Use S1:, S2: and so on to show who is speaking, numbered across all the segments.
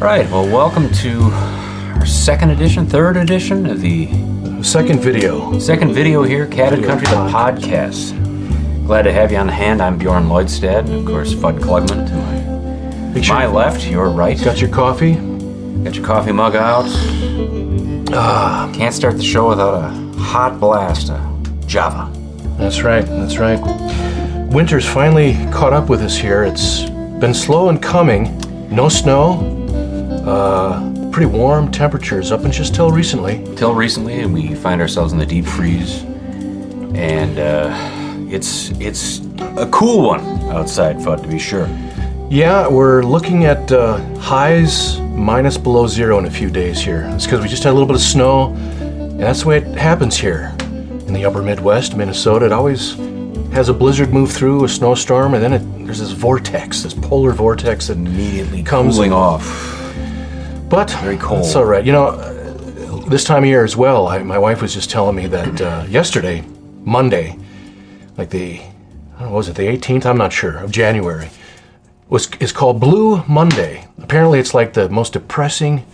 S1: All right, well, welcome to our second edition, third edition of the
S2: Second video.
S1: second video here, Cat and
S2: Video
S1: Country, the podcast. Glad to have you on hand. I'm Bjorn Lloydstead, and of course, Fudd Klugman to my,
S2: Make
S1: my
S2: sure
S1: left, your right.
S2: you got your coffee.
S1: Got your coffee mug out.
S2: Ah.
S1: Can't start the show without a hot blast of Java.
S2: That's right. That's right. Winter's finally caught up with us here. It's been slow in coming. No snow. Uh, pretty warm temperatures up until recently.
S1: Till recently, we find ourselves in the deep freeze, and uh, it's it's a cool one outside, Fudd, to be sure.
S2: Yeah, we're looking at uh, highs minus below zero in a few days here. It's because we just had a little bit of snow, and that's the way it happens here in the upper Midwest, Minnesota. It always has a blizzard move through, a snowstorm, and then it, there's this vortex, this polar vortex that
S1: Immediately
S2: Comes-
S1: cooling off.
S2: But
S1: Very cold.
S2: It's all right. You know, uh, this time of year as well. I, my wife was just telling me that uh, yesterday, Monday, like the I don't know, was it the 18th? I'm not sure of January. Was is called Blue Monday. Apparently, it's like the most depressing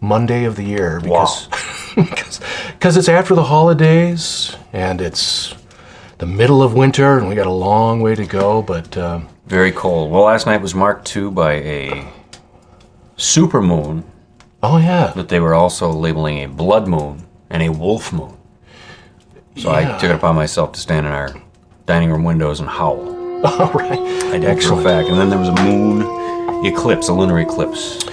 S2: Monday of the year because because it's after the holidays and it's the middle of winter and we got a long way to go. But um,
S1: Very cold. Well, last night was marked too by a supermoon
S2: oh yeah,
S1: that they were also labeling a blood moon and a wolf moon. So I
S2: Yeah.
S1: took it upon myself to stand in our dining room windows and howl.
S2: all right.
S1: I did
S2: Excellent.
S1: for a fact. And then there was a moon eclipse, a lunar eclipse,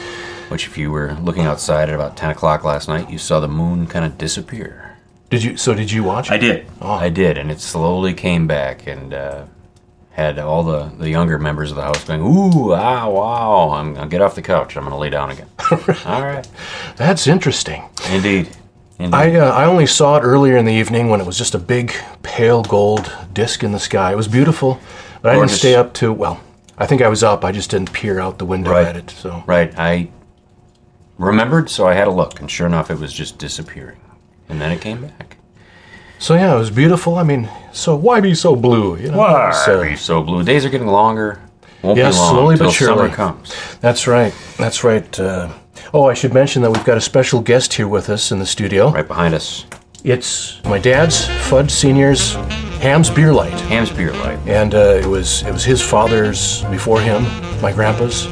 S1: which if you were looking outside at about 10 o'clock last night, you saw the moon kind of disappear.
S2: Did you? So did you watch? it? Oh.
S1: I did. I did, and it slowly came back and uh, had all the, the younger members of the house going, "Ooh, ah, wow!" I'm gonna get off the couch. I'm gonna lay down again. all right,
S2: That's interesting.
S1: indeed. indeed.
S2: I, uh, I only saw it earlier in the evening when it was just a big pale gold disc in the sky. It was beautiful, but I didn't
S1: Gorgeous.
S2: stay up to, well, I think I was up. I just didn't peer out the window
S1: Right.
S2: at it. So
S1: right, I remembered, so I had a look, and sure enough, it was just disappearing, and then it came back.
S2: so yeah, it was beautiful. I mean, so why be so blue? You know, it's, uh,
S1: Be so blue. Days are getting longer. Won't
S2: Yes,
S1: be long
S2: slowly
S1: till
S2: but surely.
S1: summer comes.
S2: that's right. That's right. Uh, oh, I should mention that we've got a special guest here with us in the studio.
S1: Right behind us,
S2: It's my dad's Fudd Senior's Ham's Beer Light.
S1: Ham's beer light.
S2: and uh, it was it was his father's before him, my grandpa's.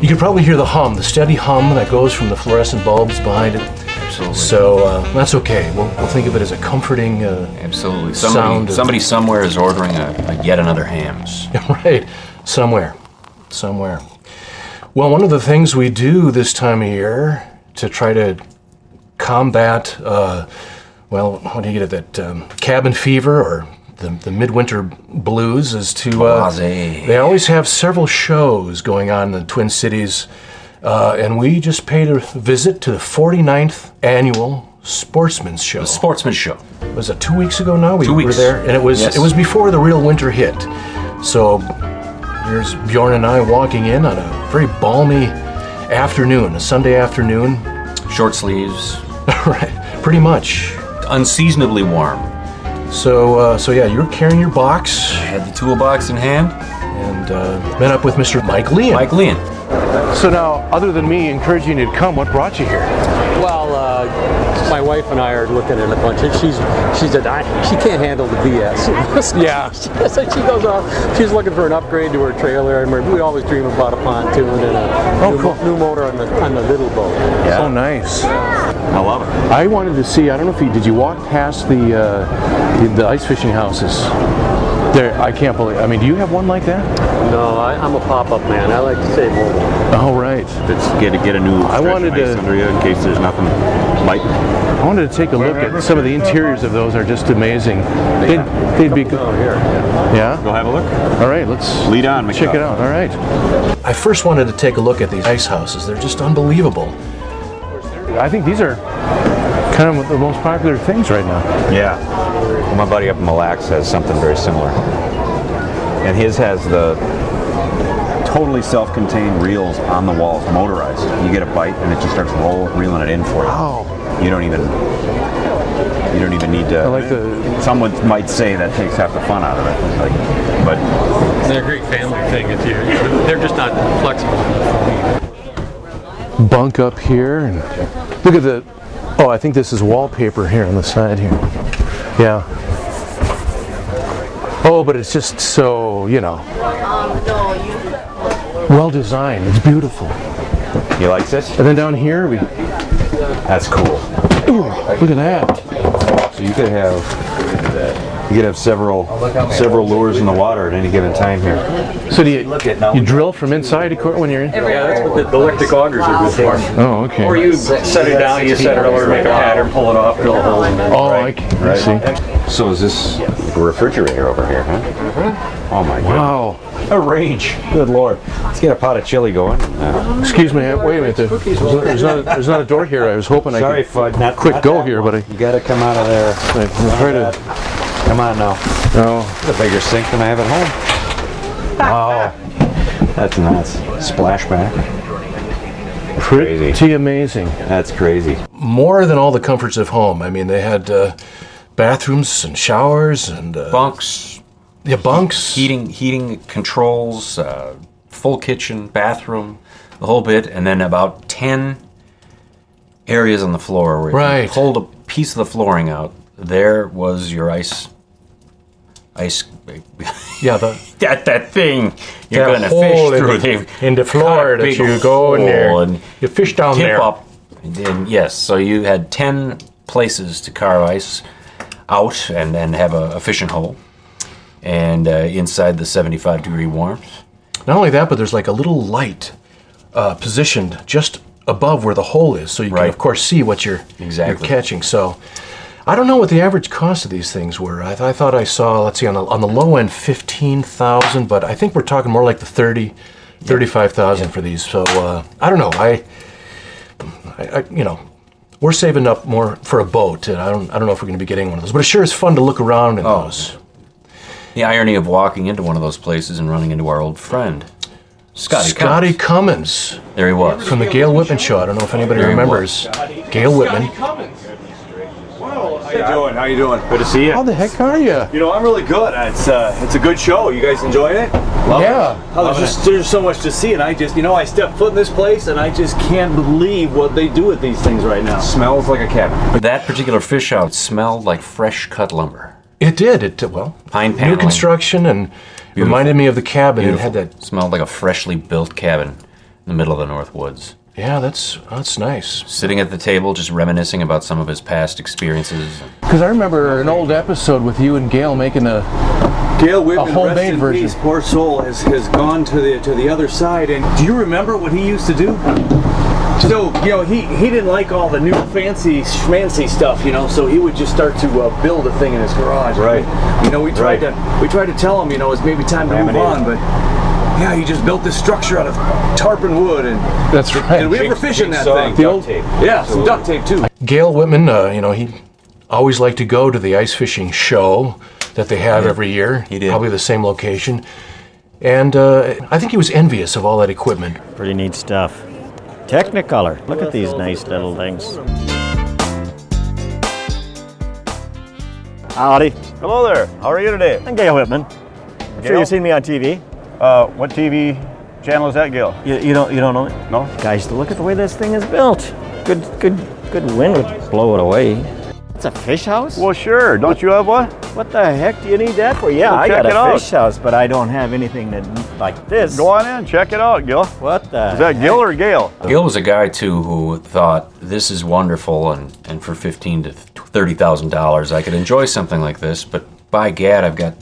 S2: You could probably hear the hum, the steady hum that goes from the fluorescent bulbs behind it.
S1: Absolutely.
S2: So uh, that's okay. We'll, we'll think of it as a comforting. Uh,
S1: Absolutely. Somebody,
S2: Sound of-
S1: somebody somewhere is ordering a, a yet another hams.
S2: right, somewhere, somewhere. Well, one of the things we do this time of year to try to combat, uh, well, what do you get at that um, cabin fever or the, the midwinter blues is to uh,
S1: Blase.
S2: They always have several shows going on in the Twin Cities, uh, and we just paid a visit to the 49th annual Sportsman's Show.
S1: Sportsman show.
S2: It was it two weeks ago now? We
S1: Two
S2: were
S1: weeks.
S2: there, and it was
S1: Yes.
S2: it was before the real winter hit. So here's Bjorn and I walking in on a very balmy afternoon, a Sunday afternoon,
S1: Short sleeves,
S2: right? Pretty much
S1: unseasonably warm.
S2: So, uh, so yeah, you're carrying your box
S1: I had the toolbox in hand.
S2: and uh, met up with Mr. Mike Leon.
S1: Mike Leon.
S2: So now, other than me encouraging you to come, what brought you here?
S3: Well, uh, my wife and I are looking at a bunch. Of, she's she said I, she can't handle the BS.
S2: Yeah.
S3: so she goes off. She's looking for an upgrade to her trailer, and we're, we always dream about a pontoon and a
S2: Oh,
S3: new,
S2: cool.
S3: new motor on the on the little boat.
S2: So Oh, nice.
S1: I love it.
S2: I wanted to see. I don't know if you did. You walk past the uh, the, the ice fishing houses. There, I can't believe. I mean, do you have one like that?
S3: No, I, I'm a pop-up man. I like to save mobile.
S2: Oh, right.
S4: That's get get a new.
S2: I
S4: stretch of
S2: wanted
S4: ice
S2: to-
S4: under you in case there's nothing biting.
S2: I wanted to take a look at some of the interiors of those. Are just amazing. They'd, they'd be.
S3: Oh, here.
S2: Yeah.
S4: Go have a look.
S2: All right. Let's
S4: Lead on, McDuff.
S2: check it out. All right. I first wanted to take a look at these ice houses. They're just unbelievable. I think these are kind of the most popular things right now.
S4: Yeah. Well, my buddy up in Mille Lacs has something very similar, and his has the totally self-contained reels on the walls, motorized. You get a bite, and it just starts roll, reeling it in for you.
S2: Wow.
S4: You don't even. You don't even need to.
S2: Oh. I like the-
S4: Someone might say that takes half the fun out of it. It's Like, but
S3: They're a great family thing. It's you. They're just not flexible.
S2: Bunk up here and look at the. Oh, I think this is wallpaper here on the side here. Yeah. Oh, but it's just so you know. Well designed. It's beautiful.
S4: you like this?
S2: And then down here we.
S4: That's cool.
S2: Look at that.
S4: So you could have you could have several several lures in the water at any given time here.
S2: So do you
S4: Look at now.
S2: you drill from inside a court when you're in?
S3: Yeah, that's what the, the electric augers are good for.
S2: Oh, okay.
S3: Or you set it down, you set it over, make a pattern, pull it off, drill holes in it.
S2: Oh, I c- I see.
S4: So is this a refrigerator over here, huh?
S2: Mm-hmm.
S4: Oh my god.
S2: Wow.
S4: A range. Good lord. Let's get a pot of chili going. Uh,
S2: Excuse me. Wait a minute. there- There's not, there's not, there's not a door here. I was hoping
S4: sorry,
S2: I could
S4: Fudd. Not
S2: quick
S4: not
S2: go
S4: that
S2: here,
S4: one.
S2: but I-
S4: You gotta come out of there.
S2: I- I'm trying to.
S4: Come on now.
S2: Oh,
S4: That's a bigger sink than I have at home. Oh. That's nuts. Splashback.
S2: pretty
S4: Crazy.
S2: amazing.
S4: That's crazy.
S2: More than all the comforts of home. I mean, they had uh, bathrooms and showers and uh,
S1: Bunks,
S2: yeah, bunks.
S1: heating heating controls, uh, full kitchen, bathroom, the whole bit, and then about ten areas on the floor where
S2: Right.
S1: you pulled a piece of the flooring out. There was your ice, ice.
S2: Yeah, the
S1: that that thing you're
S2: that
S1: gonna
S2: hole
S1: fish through.
S2: in, the,
S1: They've
S2: in the floor
S1: cut a
S2: that
S1: big
S2: you go in
S1: hole
S2: there.
S1: and
S2: you fish down
S1: tip
S2: there.
S1: up. And, then- yes, so you had ten places to carve ice out and then have a, a fishing hole, and uh, inside the 75 degree warmth.
S2: Not only that, but there's like a little light uh, positioned just above where the hole is, so you can
S1: Right.
S2: of course see what you're
S1: Exactly.
S2: you're catching. So, I don't know what the average cost of these things were. I, th- I thought I saw, let's see, on the on the low end, fifteen thousand, but I think we're talking more like the thirty. 35,000 for these. So uh, I don't know. I, I, I you know, we're saving up more for a boat and I don't I don't know if we're going to be getting one of those. But it sure is fun to look around in
S1: Oh,
S2: those.
S1: The irony of walking into one of those places and running into our old friend, Scotty.
S2: Scotty
S1: Cummins.
S2: Cummins.
S1: There he was.
S2: from the Gail Whitman show. I don't know if anybody
S1: Very
S2: remembers Gail Whitman.
S4: How you doing? How you doing? Good to see you.
S2: the heck are you?
S4: You know, I'm really good. It's uh, it's a good show. You guys enjoying it? Love
S2: Yeah.
S4: It.
S3: Oh,
S4: Love
S3: there's just there's so much to see, and I just you know I step foot in this place, and I just can't believe what they do with these things right now.
S4: it. Smells like a cabin.
S1: That particular fish out smelled like fresh cut lumber.
S2: It did. It did- well.
S1: Pine
S2: New
S1: paneling.
S2: construction and reminded me of the cabin. It
S1: Beautiful.
S2: had that.
S1: Smelled like a freshly built cabin in the middle of the North Woods.
S2: Yeah, that's that's nice.
S1: Sitting at the table, just reminiscing about some of his past experiences.
S2: Because I remember an old episode with you and Gail making a.
S3: Gail Whitman,
S2: A homemade
S3: rest in
S2: version.
S3: peace, poor soul, has, has gone to the to the other side. And do you remember what he used to do? So you know he he didn't like all the new fancy schmancy stuff, you know. So he would just start to uh, build a thing in his garage.
S4: Right.
S3: You know, we tried
S4: Right.
S3: to we tried to tell him, you know, it's maybe time to move
S4: Laminate.
S3: on, but yeah, he just built this structure out of tarpon wood, and
S2: That's
S3: and we
S2: right.
S3: were fishing that
S4: Jigsaw
S3: thing.
S4: and duct tape.
S3: Yeah, some duct tape too.
S2: Gail Whitman. Uh, you know, he always liked to go to the ice fishing show that they have every year. He
S1: did.
S2: Probably the same location. And uh, I think he was envious of all that equipment.
S5: Pretty neat stuff. Technicolor. Look at these nice little things. Howdy.
S4: Hello there. How are you today?
S5: I'm Gail Whitman. I'm sure
S4: Gail?
S5: you've seen me on TV.
S4: Uh, what TV channel is that, Gil?
S5: You, you don't you don't know me?
S4: No?
S5: Guys, look at the way this thing is built. Good good good wind would blow it away. It's a fish house?
S4: Well, sure. Don't you have one?
S5: What the heck do you need that for? Yeah,
S4: Well,
S5: I
S4: check
S5: got
S4: it
S5: a
S4: out.
S5: fish house, but I don't have anything that like this.
S4: Go on in. Check it out, Gil. Is
S5: What the?
S4: that Gil or Gail?
S1: Gil was a guy too who thought this is wonderful, and, and for fifteen to thirty thousand dollars, I could enjoy something like this. But by gad, I've got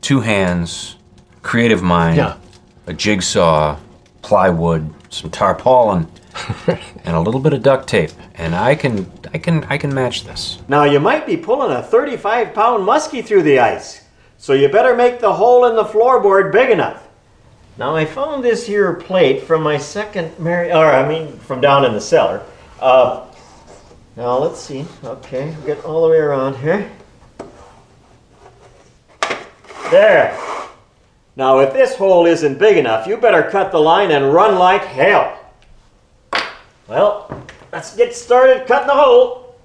S1: two hands, creative mind,
S2: Yeah.
S1: a jigsaw, plywood, some tarpaulin, and a little bit of duct tape, and I can I can I can match this.
S5: Now you might be pulling a 35 pound muskie through the ice, so you better make the hole in the floorboard big enough. Now I found this here plate from my second Mary, or I mean from down in the cellar. Uh, now let's see. Okay, we'll get all the way around here. There. Now if this hole isn't big enough, you better cut the line and run like hell. Well, let's get started cutting the hole.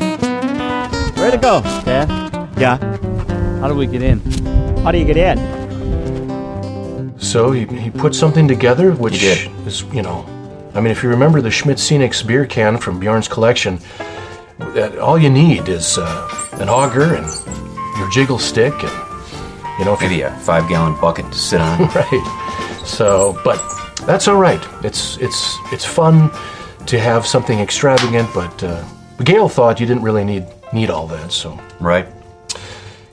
S5: Where'd it go? Dad? Yeah.
S6: How do we get in?
S5: How do you get in?
S2: So he, he put something together, which
S1: He did.
S2: is, you know, I mean, if you remember the Schmidt Scenics beer can from Bjorn's collection, that all you need is uh, an auger and your jiggle stick, and you know, if you
S1: Maybe a five gallon bucket to sit on.
S2: right. So, but that's all right. It's it's it's fun to have something extravagant, but uh, Gail thought you didn't really need need all that, so.
S1: right.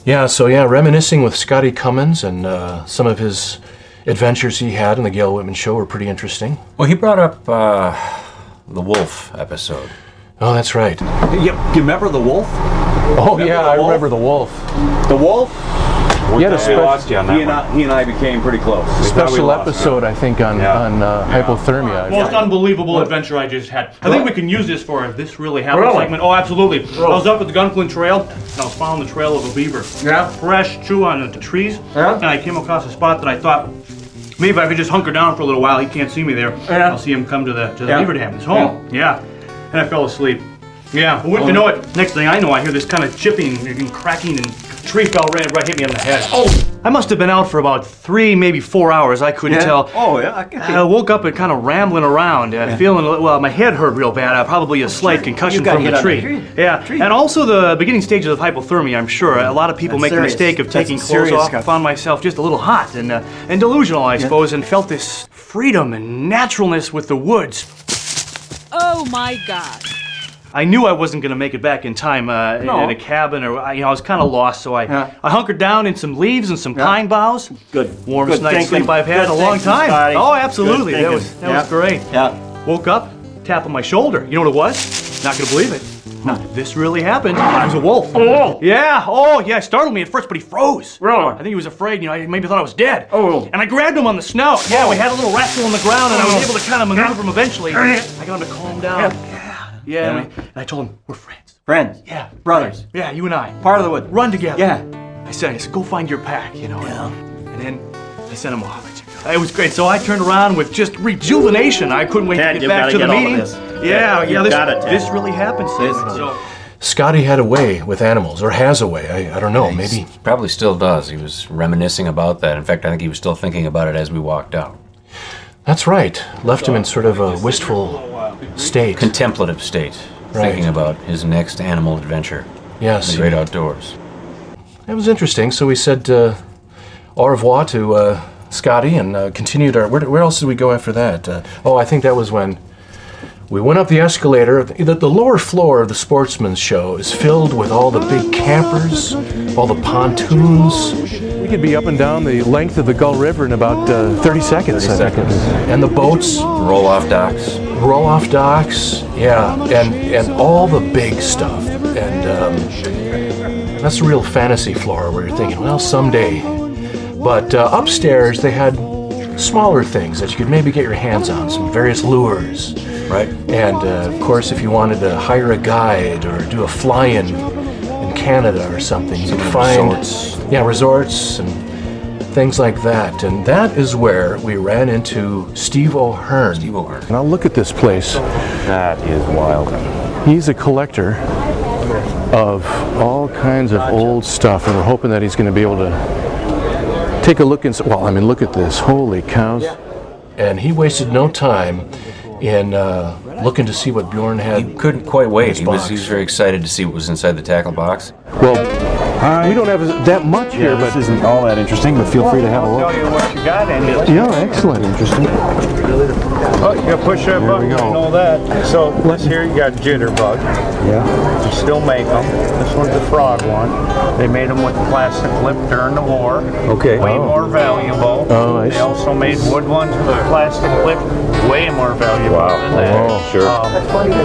S2: Yeah, so yeah, reminiscing with Scotty Cummins and uh, some of his adventures he had in the Gail Whitman show were pretty interesting.
S1: Well, he brought up uh, the wolf episode.
S2: Oh, that's right.
S3: Yep. You remember the wolf?
S2: Oh
S3: yeah, the I wolf? remember
S2: the wolf.
S3: The wolf.
S4: We
S2: had a
S4: thought we
S2: spec-
S4: lost you on that
S3: He and,
S4: one.
S3: I, he and I became pretty close. We thought we
S2: Special
S3: lost you.
S2: episode, I think, on
S4: Yeah.
S2: on uh, hypothermia.
S7: Most unbelievable adventure I just had. I think we can use this for a this really happened
S2: Really?
S7: segment. Oh, absolutely. I was up at the Gunflint Trail and I was following the trail of a beaver.
S2: Yeah.
S7: Fresh, chew on the trees.
S2: Yeah.
S7: And I came across a spot that I thought maybe if I could just hunker down for a little while. He can't see me there.
S2: Yeah.
S7: I'll see him come to the to the
S2: Yeah.
S7: beaver dam. He's home. Yeah. And I fell asleep. Yeah. Well, wouldn't you know it? Next thing I know, I hear this kind of chipping and cracking and. Tree fell right, right hit me on the head. Oh! I must have been out for about three, maybe four hours. I couldn't tell.
S4: Oh, yeah. I can
S7: I woke up and kind of rambling around, uh, feeling a little, well. My head hurt real bad. Uh, probably a slight concussion
S5: got
S7: from
S5: hit
S7: the
S5: on the
S7: tree.
S5: tree.
S7: Yeah, and also the beginning stages of hypothermia. I'm sure a lot of people
S5: That's
S7: make the
S5: serious.
S7: mistake of
S5: That's
S7: taking
S5: some
S7: clothes
S5: serious
S7: off. I
S5: stuff.
S7: found myself just a little hot and uh, and delusional, I suppose, and felt this freedom and naturalness with the woods.
S8: Oh my God.
S7: I knew I wasn't going to make it back in time uh, in- in a cabin, or I- you know, I was kind
S5: Mm.
S7: of lost. So I, I hunkered down in some leaves and some pine boughs.
S5: Good.
S7: Warmest
S5: Good
S7: night's
S5: thinking.
S7: sleep I've had in
S5: Good
S7: a long
S5: thinking,
S7: time.
S5: Scotty.
S7: Oh, absolutely.
S5: Good
S7: That
S5: thinking.
S7: was that was
S5: Yeah.
S7: great.
S5: Yeah.
S7: Woke up, tap on my shoulder. You know what it was? Not gonna believe it. No, this really happened. I was a wolf.
S6: Oh.
S7: Yeah. Oh, yeah. It startled me at first, but he froze.
S6: Really?
S7: I think he was afraid. You know, I maybe thought I was dead.
S6: Oh.
S7: And I grabbed him on the snout. Yeah, we had a little wrestle on the ground, and I
S5: Oh.
S7: was able to kind of maneuver him eventually. I got him to calm down. Oh. Yeah. Yeah. And, we- and I told him we're friends.
S5: Friends.
S7: Yeah.
S5: Brothers.
S7: Yeah, you and I
S5: Part of the wood.
S7: run together.
S5: Yeah.
S7: I said, I said, go find your pack, you know. And then I sent him off. It was great. So I turned around with just rejuvenation. I couldn't wait
S5: Ted,
S7: to get
S5: you've
S7: back
S5: gotta
S7: to the
S5: get all of
S7: meeting.
S5: this.
S7: Yeah, yeah,
S5: You've
S7: this,
S5: gotta, Ted.
S7: this really happened. Sid. So,
S2: Scotty had a way with animals, or has a way. I, I don't know. Maybe
S1: Probably still does. He was reminiscing about that. In fact, I think he was still thinking about it as we walked out.
S2: that's right. Left him in sort of a wistful state.
S1: Contemplative state,
S2: Right.
S1: thinking about his next animal adventure, the
S2: Yes,
S1: great outdoors.
S2: That was interesting. So we said uh, au revoir to uh, Scotty and uh, continued our. Where, where else did we go after that? Uh, oh, I think that was when we went up the escalator. The, the lower floor of the sportsman's show is filled with all the big campers, all the pontoons. We could be up and down the length of the Gull River in about uh, 30 seconds. 30 seconds. And the boats,
S1: Roll off docks.
S2: roll off docks. Yeah, and, and all the big stuff. And um, that's a real fantasy floor where you're thinking, well, someday. But uh, upstairs, they had smaller things that you could maybe get your hands on, some various lures,
S1: Right.
S2: And uh, of course, if you wanted to hire a guide or do a fly-in in Canada or something, you could find
S1: resorts.
S2: yeah resorts and things like that. And that is where we ran into Steve O'Hearn.
S1: Steve O'Hearn.
S2: Now look at this place.
S4: That is wild.
S2: He's a collector of all kinds of old stuff, and we're hoping that he's going to be able to take a look and well, I mean, look at this. Holy cows! And he wasted no time in uh, looking to see what Bjorn
S1: He
S2: had.
S1: couldn't quite wait. He was,
S2: box.
S1: he was very excited to see what was inside the tackle box.
S2: Well, we don't have that much here,
S4: Yeah,
S2: but
S4: this isn't all that interesting, but feel free to have a
S3: Tell
S4: look.
S3: you what you got in it.
S2: yeah, excellent.
S4: Interesting.
S3: Oh, you gotta push that button and
S4: go.
S3: all that. So let's hear you got jitterbug.
S4: Yeah.
S3: You still make them. This one's the frog one. They made them with plastic lip during the war.
S4: Okay.
S3: Way
S4: Oh.
S3: more valuable.
S2: Oh, I
S3: they
S2: see.
S3: also made wood ones with plastic lip. Way more valuable
S4: Wow.
S3: than that.
S4: Oh, sure.
S3: Um,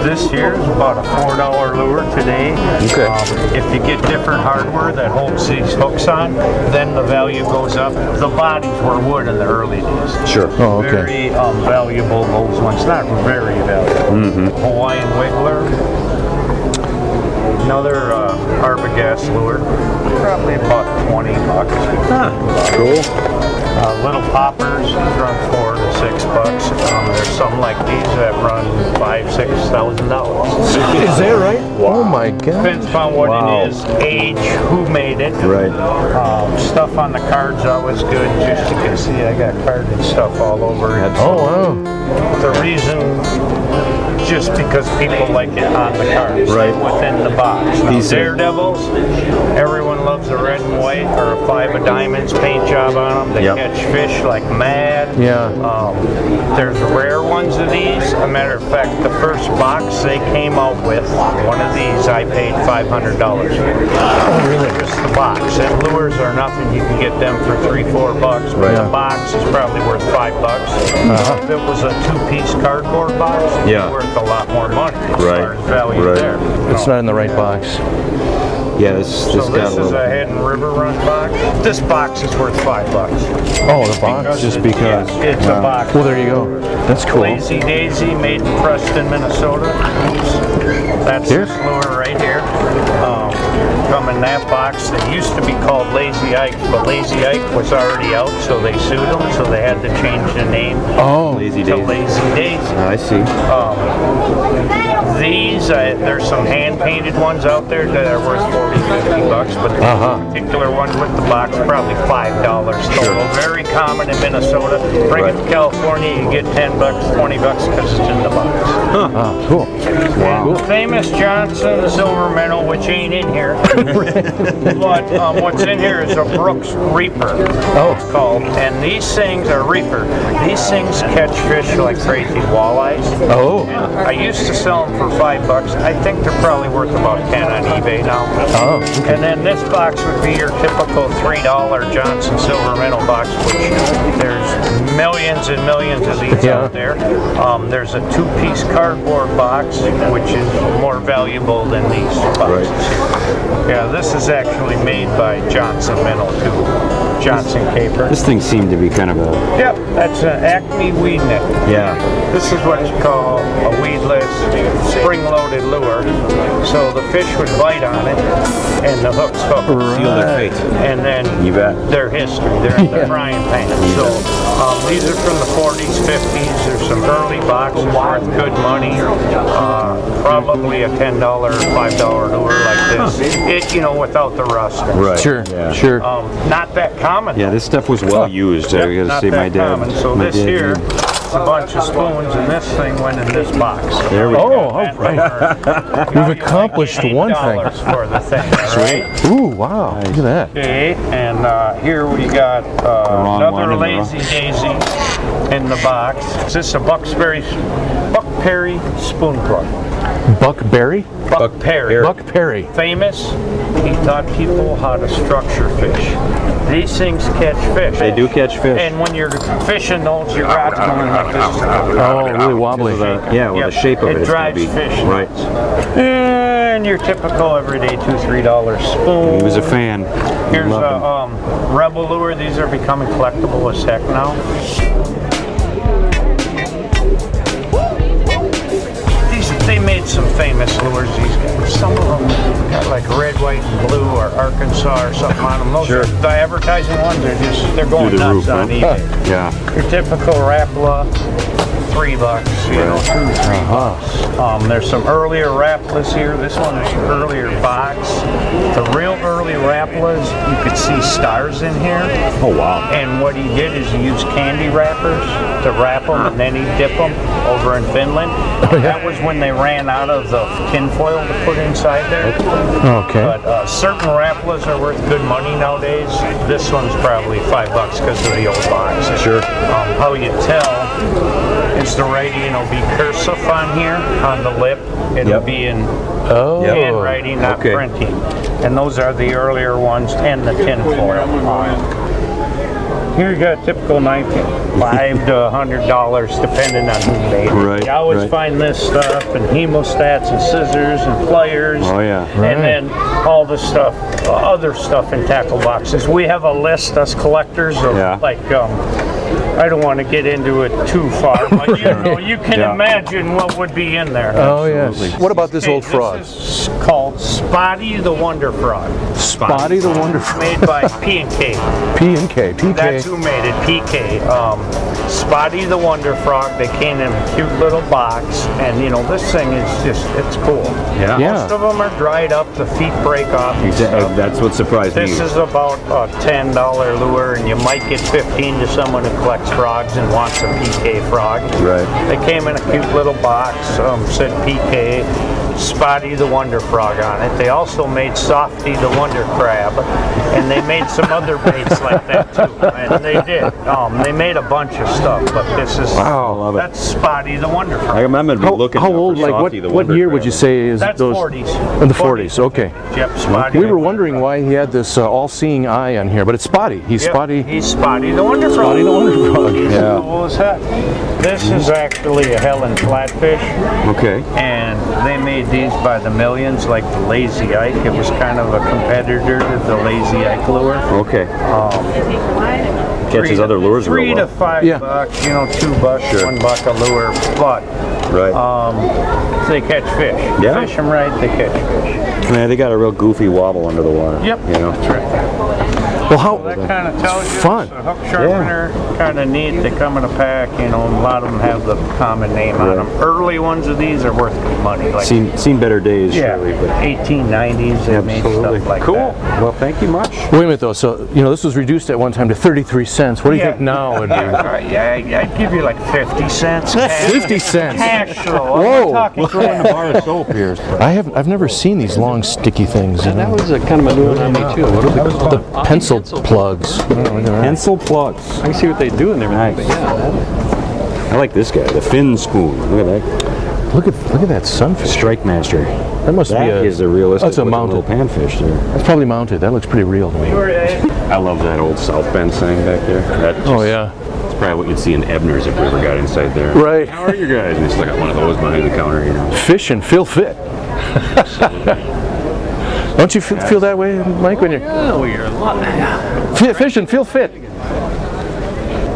S3: this here is about a four dollar lure today.
S4: Okay.
S3: Um, if you get different hardware that holds these hooks on, then the value goes up. The bodies were wood in the early days.
S4: Sure.
S2: Oh, okay.
S3: Very um, valuable those ones. Not very valuable.
S2: Mm-hmm.
S3: Hawaiian wiggler. Another uh, Arbogast lure. Probably about 20 bucks.
S4: Cool.
S3: Uh, little poppers run four to six bucks. Um, there's some like these that run five, six thousand dollars.
S2: Is that right? Oh my God!
S3: Depends upon what
S4: Wow.
S3: it is, age, who made it.
S4: Right.
S3: Um, stuff on the cards always good. Just you can see, I got card and stuff all over.
S2: Oh wow!
S3: The reason, just because people like it on the cards,
S4: Right.
S3: within the box. Now,
S4: These are-
S3: daredevils, everyone loves a red and white or a five of diamonds paint job on them. They
S4: Yep.
S3: catch fish like mad.
S2: Yeah.
S3: Um, there's rare ones of these. A matter of fact, the first box they came out with, one of these, I paid five hundred dollars. Oh, really? Just the box. And lures are nothing. You can get them for three, four bucks. But
S2: Right.
S3: the box is probably worth five bucks. If it was a two-piece cardboard box, it'd
S4: Uh-huh. Yeah.
S3: be worth a lot more money. As
S4: Right.
S3: Far as value
S4: Right.
S3: there.
S2: It's not in the right box.
S4: Yeah, this, this
S3: So
S4: got
S3: this
S4: a
S3: is
S4: little.
S3: a Hidden River Run box. This box is worth five bucks.
S2: Oh, the box.
S4: just
S3: it-
S4: because.
S3: yeah, it's
S4: Wow.
S3: a box.
S2: Well, there you go. That's cool.
S3: Lazy Daisy made in Preston, Minnesota. Oops. That's
S2: Here?
S3: this lure right here. Um, come in that box. They used to be called Lazy Ike, but Lazy Ike was already out, so they sued them, so they had to change the name
S2: Oh,
S4: Lazy
S3: to
S4: days.
S3: Lazy Daisy.
S4: Oh,
S3: Um,
S4: I see.
S3: These, uh, there's some hand painted ones out there that are worth 40, 50 bucks, but this
S2: Uh-huh.
S3: particular one with the box probably five dollars total. Very common in Minnesota. Bring it
S4: Right.
S3: to California, you get 10 bucks, 20 bucks because it's in the box.
S9: Uh-huh.
S2: ah, cool.
S3: Wow. Famous Johnson, the silver medal, which ain't in here. but um, what's in here is a Brooks Reaper. Oh. It's called. And these things are Reaper. These things catch fish like crazy walleyes.
S2: Oh,
S3: I used to sell them for five bucks. I think they're probably worth about ten on eBay now.
S2: Oh, okay.
S3: And then this box would be your typical three dollar Johnson Silver Medal box, which there's millions and millions of these
S2: Yeah.
S3: out there. Um, there's a two-piece cardboard box, which is more valuable than these boxes. Yeah, this is actually made by Johnson Mental too. Johnson Caper.
S4: This thing seemed to be kind of a.
S3: Yep, that's an Acme Weed Net.
S4: Yeah.
S3: This is what you call a weedless, spring-loaded lure. So the fish would bite on it, and the hook's hooked.
S4: Seal their fate.
S3: And then
S4: You bet.
S3: their history, they're in the frying pan. So um, these are from the 40s, 50s. There's some early boxes worth good money. Uh, probably a $10, $5 lure like this. It, you know, without the rust.
S4: Right.
S2: sure,
S4: Yeah.
S2: sure.
S3: Um, not that common.
S4: Yeah,
S3: though.
S4: this stuff was well used.
S3: Yep,
S4: I gotta
S3: not
S4: say,
S3: that
S4: my dad.
S3: common. So
S4: my
S3: this
S4: dad
S3: here,
S2: Oh,
S4: did.
S3: it's a bunch of spoons, and this thing went in this box. uh,
S4: There we
S2: Oh,
S4: go.
S2: all right.
S3: We've
S2: accomplished one thing.
S3: for the thing.
S4: Sweet.
S2: Ooh, wow. Look at that.
S3: Okay, and uh, here we got
S4: wrong
S3: uh,
S4: one
S3: another
S4: in the
S3: lazy daisy in the box. Is this a Bucksberry, Buck Perry spoon plug?
S2: Buck Berry?
S3: Buck, Perry.
S2: Buck Perry.
S3: Famous, he taught people how to structure fish. These things catch fish.
S4: They do catch fish.
S3: And when you're fishing those, you're out going like this.
S2: Oh, really wobbly.
S4: yeah, well, the
S3: Yep.
S4: shape of it.
S3: It
S4: is gonna
S3: drives
S4: be-
S3: fish.
S4: Right.
S3: And your typical everyday two, three dollar spoon.
S4: He was a fan.
S3: Here's a
S4: Love him.
S3: um, rebel lure. These are becoming collectible as heck now. made some famous lures. These guys, some of them got like red, white, and blue, or Arkansas, or something on them. Those
S1: Sure.
S3: are the advertising ones. They're just they're going
S1: Through the
S3: nuts
S1: roof,
S3: on
S1: huh?
S3: eBay.
S1: Yeah.
S3: Your typical Rapala, three bucks. You know,
S1: Right.
S3: two, three
S1: Uh-huh.
S3: bucks. Um, there's some earlier Rapalas here. This one is earlier box. The real early Rapalas, you could see stars in here.
S1: Oh wow.
S3: And what he did is he used candy wrappers to wrap them and then he dip them over in Finland.
S1: Oh,
S3: That was when they ran out of the tinfoil to put inside there.
S2: Okay.
S3: But uh, certain Rapalas are worth good money nowadays. This one's probably five bucks because of the old box.
S1: Sure.
S3: Um, how you tell is the writing will be cursive on here on the lip. It'll
S1: Yep.
S3: be in
S2: Oh.
S3: handwriting, not
S1: Okay.
S3: printing. And those are the earlier ones and the tinfoil. Here you got typical nineteen five to hundred dollars depending on who made it.
S1: Right,
S3: You always
S1: right.
S3: find this stuff and hemostats and scissors and pliers.
S1: Oh, yeah.
S3: And then all the stuff, uh, other stuff in tackle boxes. We have a list, us collectors, of
S1: Yeah.
S3: like, um, I don't want to get into it too far, but you know, you can
S1: Yeah.
S3: imagine what would be in there.
S2: Oh yes. What about this
S3: Okay,
S2: old fraud?
S3: This is called Spotty the Wonder Frog.
S2: Spotty the Wonder
S3: Made
S2: Frog.
S3: by P and K.
S2: P and K. PK.
S3: That's who made it, PK. Um, Spotty the Wonder Frog. They came in a cute little box, and you know this thing is just—it's cool.
S1: Yeah.
S2: Yeah.
S3: Most of them are dried up. The feet break off. and
S1: Exactly.
S3: stuff.
S1: uh, That's what surprised
S3: This
S1: me.
S3: is about a ten dollar lure, and you might get fifteen to someone who collects frogs and wants a PK frog.
S1: Right.
S3: They came in a cute little box. Um, said PK. Spotty the Wonder Frog on it. They also made Softy the Wonder Crab, and they made some other baits like that too. And they did. Um, they made a bunch of stuff, but this is
S1: Wow, love it.
S3: that's Spotty the Wonder Frog.
S1: I'm, I'm gonna be
S2: How,
S1: looking.
S2: how
S1: now for
S2: old? Like what?
S1: Softy the
S2: What
S1: Wonder
S2: year would
S1: Crab.
S2: you say is
S3: That's
S2: those?
S3: 40s.
S2: In the 40s. Okay.
S3: Yep, Spotty.
S2: We
S3: the
S2: were
S3: Wonder
S2: wondering
S3: Frog.
S2: why he had this uh, all-seeing eye on here, but it's Spotty. He's
S3: Yeah,
S2: Spotty.
S3: He's Spotty the Wonder Frog.
S2: Spotty the Wonder Frog.
S3: He's
S1: Yeah.
S3: cool as heck. This is actually a Helen Flatfish.
S1: Okay.
S3: and they made these by the millions, like the Lazy Ike. It was kind of a competitor to the Lazy Ike lure.
S1: Okay.
S3: Um,
S1: Catches other lures
S3: Three
S1: real
S3: to
S1: well.
S3: five
S2: Yeah.
S3: bucks, you know, two bucks,
S1: Sure.
S3: one buck a lure, but
S1: Right.
S3: um, they catch fish.
S1: Yeah.
S3: Fish them right, they catch fish.
S1: Man, they got a real goofy wobble under the water.
S3: Yep.
S1: You know.
S2: Well, how?
S3: That kind of tells you.
S2: Oh, fun.
S3: It's a hook sharpener, kind of neat. They come in a pack, you know, and a lot of them have the common name on
S1: Right.
S3: them. Early ones of these are worth good money. Like
S1: Seen seen better days,
S3: Yeah,
S1: surely. But
S3: 1890s. They made stuff like
S1: cool.
S3: that.
S1: Well, thank you much.
S2: Wait a minute though. So you know this was reduced at one time to 33 cents. What do you
S3: Yeah.
S2: think now would be?
S3: Yeah, I, I'd give you like 50 cents. Cash-
S2: 50 cents.
S3: Cash though.
S2: Whoa.
S3: I'm not talking cash.
S1: Bar of soap here.
S2: I have I've never seen these long sticky things. You
S10: That
S2: know?
S10: was a kind of a new one on me too. What are they called?
S2: The pencil plugs.
S1: Oh, Pencil plugs.
S10: I can see what they do and everything.
S1: Nice.
S10: But yeah,
S1: I like this guy, the fin spoon. Look at that
S2: Look at look at that sunfish.
S1: strike master.
S2: That must
S1: That
S2: be a.
S1: is a realistic
S2: That's a
S1: looking
S2: mounted.
S1: little panfish there.
S2: That's probably mounted. That looks pretty real to me.
S1: I love that old South Bend thing back there. That's
S2: Oh yeah.
S1: probably what you'd see in Ebner's if we ever got inside there.
S2: Right.
S1: How are you guys? And they still got one of those behind the counter. You know.
S2: Fish and feel fit. Don't you feel, feel that way, Mike, when you're
S10: oh, you're a lot.
S2: Fi- fish and feel fit?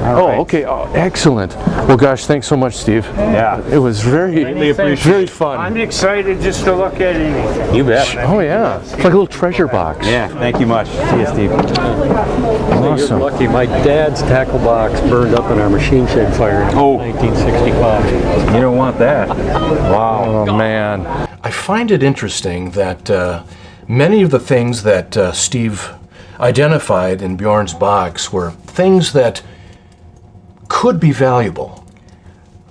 S2: Oh, okay. Oh, excellent. Well, gosh, thanks so much, Steve.
S1: Yeah.
S2: It was very, very fun.
S3: I'm excited just to look at anything.
S1: You bet.
S2: Oh yeah, it's like a little treasure box.
S1: Yeah. Thank you much. See you, Steve.
S10: You're
S2: Awesome.
S10: lucky. My dad's tackle box burned up in our machine shed fire in
S1: Oh.
S10: 1965.
S1: You don't want that.
S2: Oh man.
S11: I find it interesting that uh, many of the things that uh, Steve identified in Bjorn's box were things that could be valuable,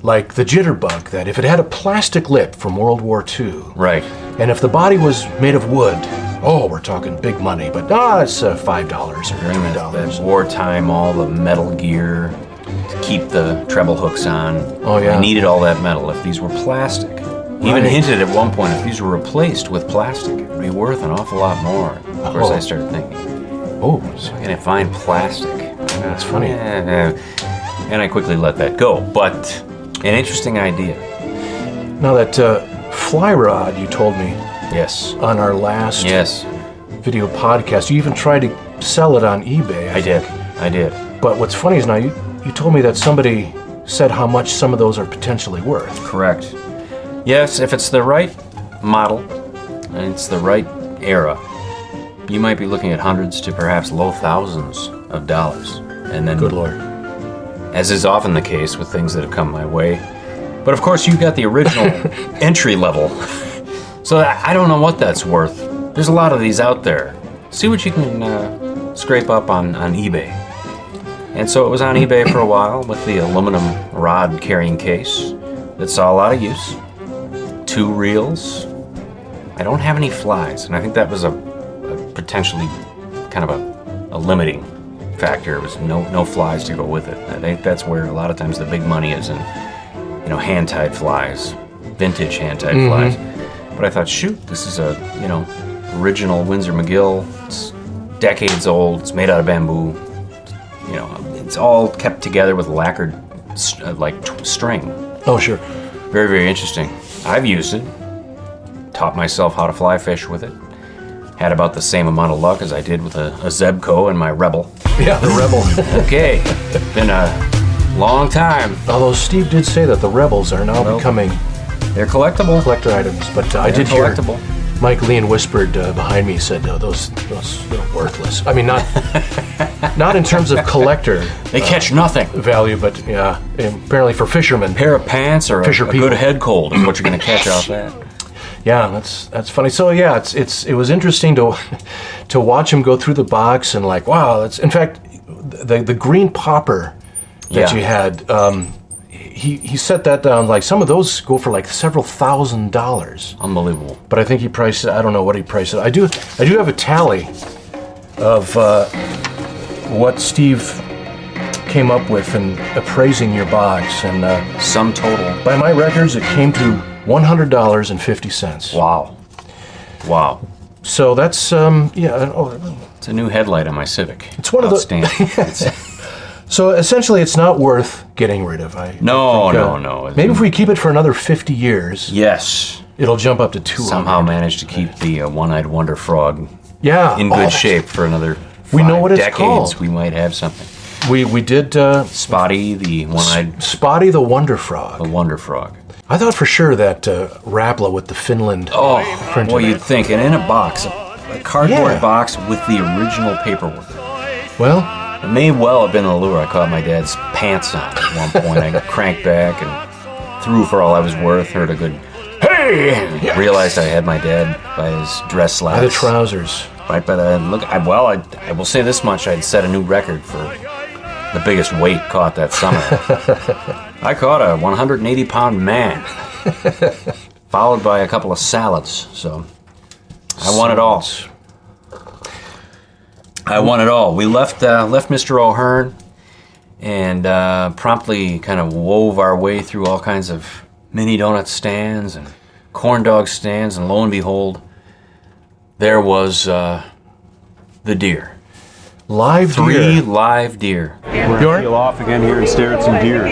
S11: like the jitterbug that if it had a plastic lip from World War II,
S4: Right.
S11: and if the body was made of wood, oh, we're talking big money, but ah, it's uh, $5 or
S4: That's
S11: $3.
S4: wartime, all the metal gear to keep the treble hooks on.
S11: Oh, yeah.
S4: They needed all that metal. If these were plastic, he even
S11: Right.
S4: hinted at one point if these were replaced with plastic, it'd be worth an awful lot more. Of course,
S11: Oh.
S4: I started thinking,
S11: Oh,
S4: can I find plastic?
S11: that's funny.
S4: Eh, eh. And I quickly let that go. But an interesting idea.
S11: Now that uh, fly rod you told me
S4: Yes.
S11: on our last
S4: Yes,
S11: video podcast, you even tried to sell it on eBay.
S4: I did. I did.
S11: But what's funny is now you, you told me that somebody said how much some of those are potentially worth.
S4: Correct.
S1: Yes, if it's the right model and it's the right era, you might be looking at hundreds to perhaps low thousands of dollars. And then,
S2: Good Lord.
S1: as is often the case with things that have come my way. But of course, you got the original entry level, so I I don't know what that's worth. There's a lot of these out there. See what you can uh, scrape up on, on eBay. And so it was on eBay for a while with the aluminum rod carrying case that saw a lot of use. Two reels. I don't have any flies, and I think that was a, a potentially kind of a, a limiting factor. It was no no flies to go with it. I think that's where a lot of times the big money is in, you know, hand tied flies, vintage hand tied
S2: Mhm.
S1: flies. But I thought, shoot, this is a you know original Windsor McGill. It's decades old. It's made out of bamboo. You know, it's all kept together with lacquered s- uh, like t- string.
S2: Oh, sure.
S1: Very very interesting. I've used it. Taught myself how to fly fish with it. Had about the same amount of luck as I did with a, a Zebco and my Rebel.
S2: Yeah, the rebel.
S1: okay, been a long time.
S2: Although Steve did say that the rebels are now becoming
S1: they're collectible
S2: collector items, but uh, I
S1: They're
S2: did hear
S1: collectible.
S2: Mike Lean whispered uh, behind me said no, those those they're worthless. I mean, not not in terms of collector. uh,
S1: They catch nothing
S2: value, but yeah, apparently for fishermen,
S1: pair of pants or a,
S2: Fisher
S1: a
S2: people.
S1: good head cold is what you're going to catch out that.
S2: Yeah, that's that's funny. So yeah, it's it's it was interesting to to watch him go through the box and like wow, that's in fact the the green popper that
S1: Yeah.
S2: you had. Um, he he set that down like some of those go for like several thousand dollars.
S1: Unbelievable.
S2: But I think he priced it. I don't know what he priced it. I do I do have a tally of uh, what Steve came up with in appraising your box and uh,
S1: sum total.
S2: By my records, it came to one hundred dollars and fifty cents.
S1: Wow, wow.
S2: So that's um yeah. Oh,
S1: It's a new headlight on my Civic.
S2: It's one of the-
S1: Outstanding. It's-
S2: so essentially, it's not worth getting rid of. I
S1: no,
S2: think,
S1: no,
S2: uh,
S1: no.
S2: Maybe if we keep it for another fifty years,
S1: yes,
S2: it'll jump up to two hundred.
S1: somehow managed to keep the uh, one-eyed wonder frog
S2: Yeah,
S1: in
S2: oh,
S1: good
S2: that's-
S1: shape for another.
S2: We know
S1: five
S2: what it's
S1: decades,
S2: called.
S1: We might have something.
S2: We we did uh,
S1: Spotty, the one-eyed,
S2: Spotty the Wonder Frog.
S1: the wonder frog.
S2: I thought for sure that uh, Rapla with the Finland.
S1: Oh,
S2: printed.
S1: well, you'd think, and in a box, a, a cardboard
S2: Yeah.
S1: box with the original paperwork.
S2: Well,
S1: It may well have been the lure I caught my dad's pants on at one point. I cranked back and threw for all I was worth, heard a good hey, and realized I had my dad by his dress
S2: by the
S1: slacks.
S2: trousers.
S1: Right by the look, I, well, I, I will say this much: I'd set a new record for the biggest weight caught that summer. I caught a 180-pound man, followed by a couple of salads. So I won it all. I won it all. We left uh, left Mr. O'Hearn and uh, promptly kind of wove our way through all kinds of mini donut stands and corn dog stands, and lo and behold, there was uh, the deer.
S2: Live
S1: Three
S2: deer.
S1: live deer.
S4: We're gonna peel off again here and stare at some deer.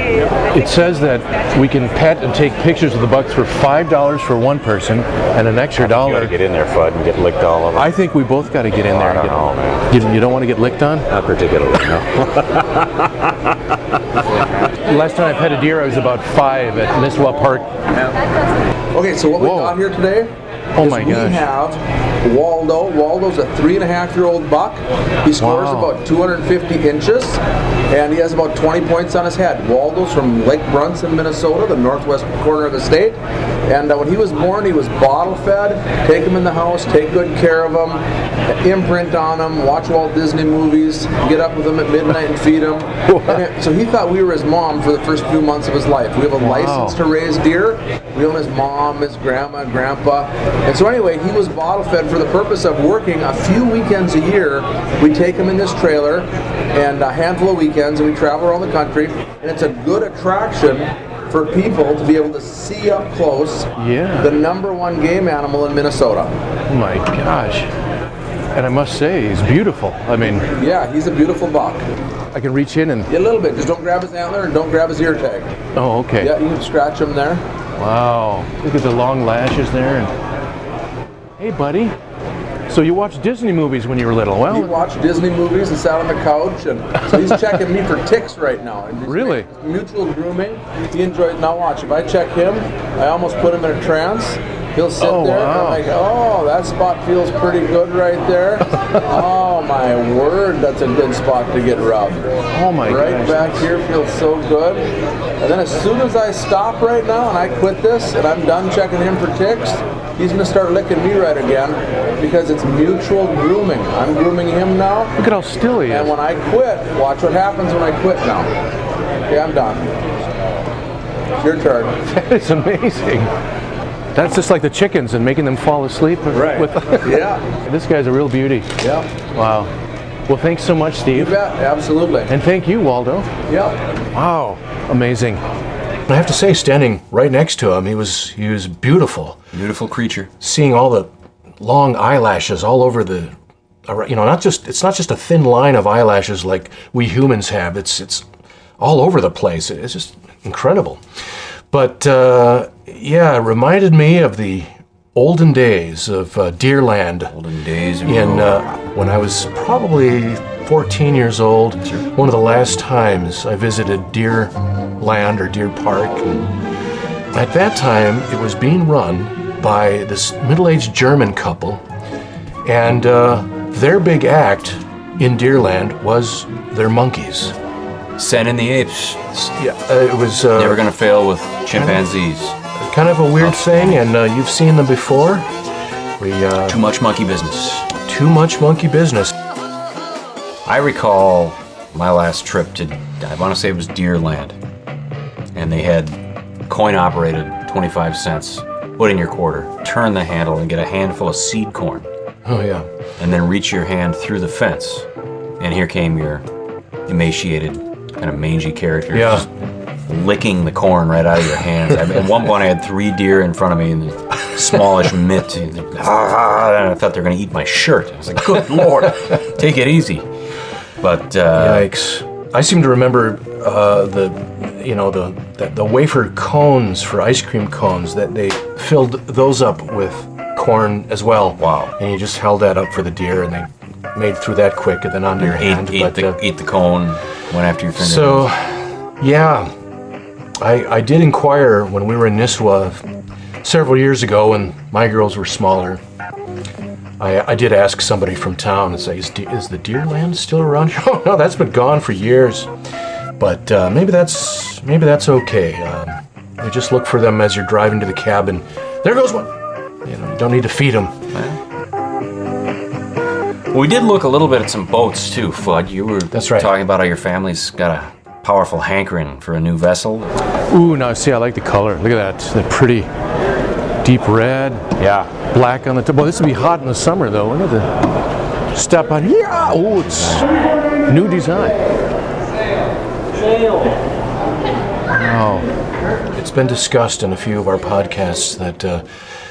S12: It says that we can pet and take pictures of the bucks for five dollars for one person and an extra
S4: You gotta
S12: dollar.
S4: get in there, Fudd, and get licked all over. Oh,
S12: I think we both got to get in
S4: I
S12: there. and get-
S4: don't know, man.
S12: You, you don't want to get licked on?
S4: Not particularly. No.
S12: Last time I pet a deer, I was about five at Nisswa Park.
S13: Okay, so what we
S12: Whoa.
S13: got here today
S12: Oh
S13: is
S12: my
S13: we
S12: gosh.
S13: have Waldo. Waldo's a three and a half year old buck. He scores
S12: Wow.
S13: about 250 inches, and he has about 20 points on his head. Waldo's from Lake Brunson, Minnesota, the northwest corner of the state. And uh, when he was born, he was bottle fed. Take him in the house, take good care of him, imprint on him, watch Walt Disney movies, get up with him at midnight and feed him. And it- so he thought we were his mom for the first few months of his life. We have a license to raise deer. We own his mom, his grandma, grandpa. And so anyway, he was bottle fed for the purpose of working a few weekends a year. We take him in this trailer and a handful of weekends and we travel around the country and it's a good attraction for people to be able to see up close
S12: Yeah.
S13: the number one game animal in Minnesota.
S12: Oh my gosh. And I must say, he's beautiful. I mean,
S13: Yeah, he's a beautiful buck.
S12: I can reach in and.
S13: Yeah, a little bit. Just don't grab his antler and don't grab his ear tag.
S12: Oh, okay.
S13: Yeah, you can scratch him there.
S12: Wow. Look at the long lashes there. And, hey, buddy.
S2: So you watched Disney movies when you were little?
S13: He
S2: Well,
S13: watched Disney movies and sat on the couch, and so he's checking me for ticks right now. And he's
S2: Really?
S13: Mutual grooming. He enjoys. Now watch. If I check him, I almost put him in a trance. He'll sit
S2: Oh,
S13: there.
S2: wow.
S13: And I'm like, oh, that spot feels pretty good right there. oh my word, that's a good spot to get rubbed.
S2: Oh my
S13: Right
S2: gosh.
S13: back here feels so good. And then as soon as I stop right now and I quit this and I'm done checking him for ticks, he's gonna start licking me right again because it's mutual grooming. I'm grooming him now.
S2: Look at how still he
S13: And
S2: is.
S13: when I quit, watch what happens when I quit now. Okay, I'm done. It's your turn.
S2: That is amazing. That's just like the chickens and making them fall asleep.
S13: Right.
S2: With
S13: Yeah.
S2: This guy's a real beauty.
S13: Yeah.
S2: Wow. Well, thanks so much,
S13: You
S2: Steve.
S13: bet. Absolutely.
S2: And thank you, Waldo.
S13: Yep.
S2: Wow. Amazing. I have to say, standing right next to him, he was he was beautiful.
S1: Beautiful creature.
S2: Seeing all the long eyelashes all over the, ar- you know, not just it's not just a thin line of eyelashes like we humans have. It's it's all over the place. It's just incredible. But uh, yeah, it reminded me of the olden days of uh, Deerland. Olden
S1: days of
S2: in uh, when I was probably 14 years old. One of the last times I visited Deerland or Deer Park. At that time, it was being run by this middle-aged German couple, and uh, their big act in Deerland was their monkeys.
S1: Sand and the Apes.
S2: Yeah, uh, it was. Uh,
S1: Never gonna fail with chimpanzees.
S2: kind of a weird thing, and uh, you've seen them before. We uh,
S1: Too much monkey business.
S2: too much monkey business.
S1: I recall my last trip to, I want to say it was Deerland, and they had coin operated 25 cents. Put in your quarter, turn the handle, and get a handful of seed corn,
S2: Oh yeah.
S1: and then reach your hand through the fence. And here came your emaciated, kind of mangy character.
S2: Yeah.
S1: just Licking the corn right out of your hands. I mean, at one point, I had three deer in front of me in a smallish mitt. And "Ah," I thought they were going to eat my shirt. I was like, good lord, take it easy. But uh,
S2: Yikes! I seem to remember uh, the, you know, the, the the wafer cones for ice cream cones that they filled those up with corn as well. Wow! And you just held that up for the deer, and they made through that quick, and then onto your
S1: Ate-
S2: hand.
S1: ate
S2: but,
S1: the-
S2: uh,
S1: ate the cone, went after your finger.
S2: So, yeah, I, I did inquire when we were in Nisswa several years ago when my girls were smaller. I, I did ask somebody from town and say, is, de- is the deer land still around here? Oh no, that's been gone for years. But uh, maybe that's maybe that's okay. Um, you just look for them as you're driving to the cabin. There goes one. You know, you don't need to feed them.
S1: we did look a little bit at some boats too, Fudd. You were
S2: That's right.
S1: talking about how your family's got a powerful hankering for a new vessel.
S2: Ooh, now see, I like the color. Look at that. That pretty deep red. Yeah. Black on the top. Well, this would be hot in the summer, though. Look at the step on. Yeah. Oh, it's new design. Wow. It's been discussed in a few of our podcasts that uh,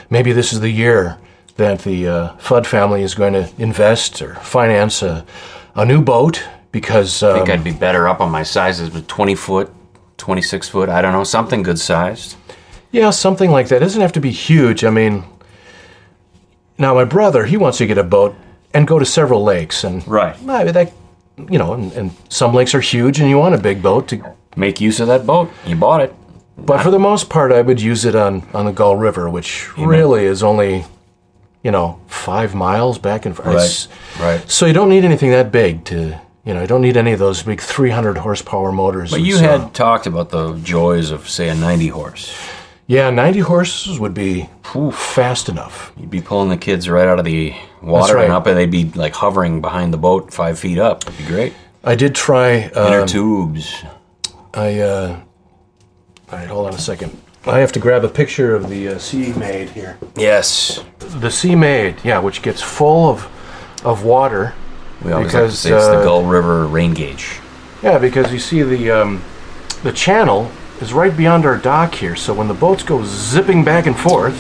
S2: maybe this is the year that the uh, Fudd family is going to invest or finance a, a new boat because. Um,
S1: I think I'd be better up on my sizes, but 20 foot, 26 foot, I don't know, something good sized.
S2: Yeah, something like that. It doesn't have to be huge. I mean, now my brother, he wants to get a boat and go to several lakes, and
S1: Right.
S2: I mean, that, you know, and, and some lakes are huge, and you want a big boat to.
S1: Make use of that boat. You bought it.
S2: But for the most part, I would use it on on the Gull River, which really is only, you know, five miles back and forth. It's-
S1: Right.
S2: So you don't need anything that big to, you know, you don't need any of those big 300 horsepower motors.
S1: But
S2: and
S1: you
S2: so-
S1: had talked about the joys of, say, a 90 horse.
S2: yeah, 90 horses would be fast enough.
S1: You'd be pulling the kids right out of the water
S2: right.
S1: and up, and they'd be like hovering behind the boat five feet up. It'd be great.
S2: I did try.
S1: Inner
S2: Um,
S1: tubes.
S2: I. Uh, all right, hold on a second. I have to grab a picture of the uh, sea maid here.
S1: Yes.
S2: The sea maid, yeah, which gets full of of water.
S1: We always like to say it's
S2: uh,
S1: the Gull River rain gauge.
S2: Yeah, because you see the um, the channel is right beyond our dock here. So when the boats go zipping back and forth,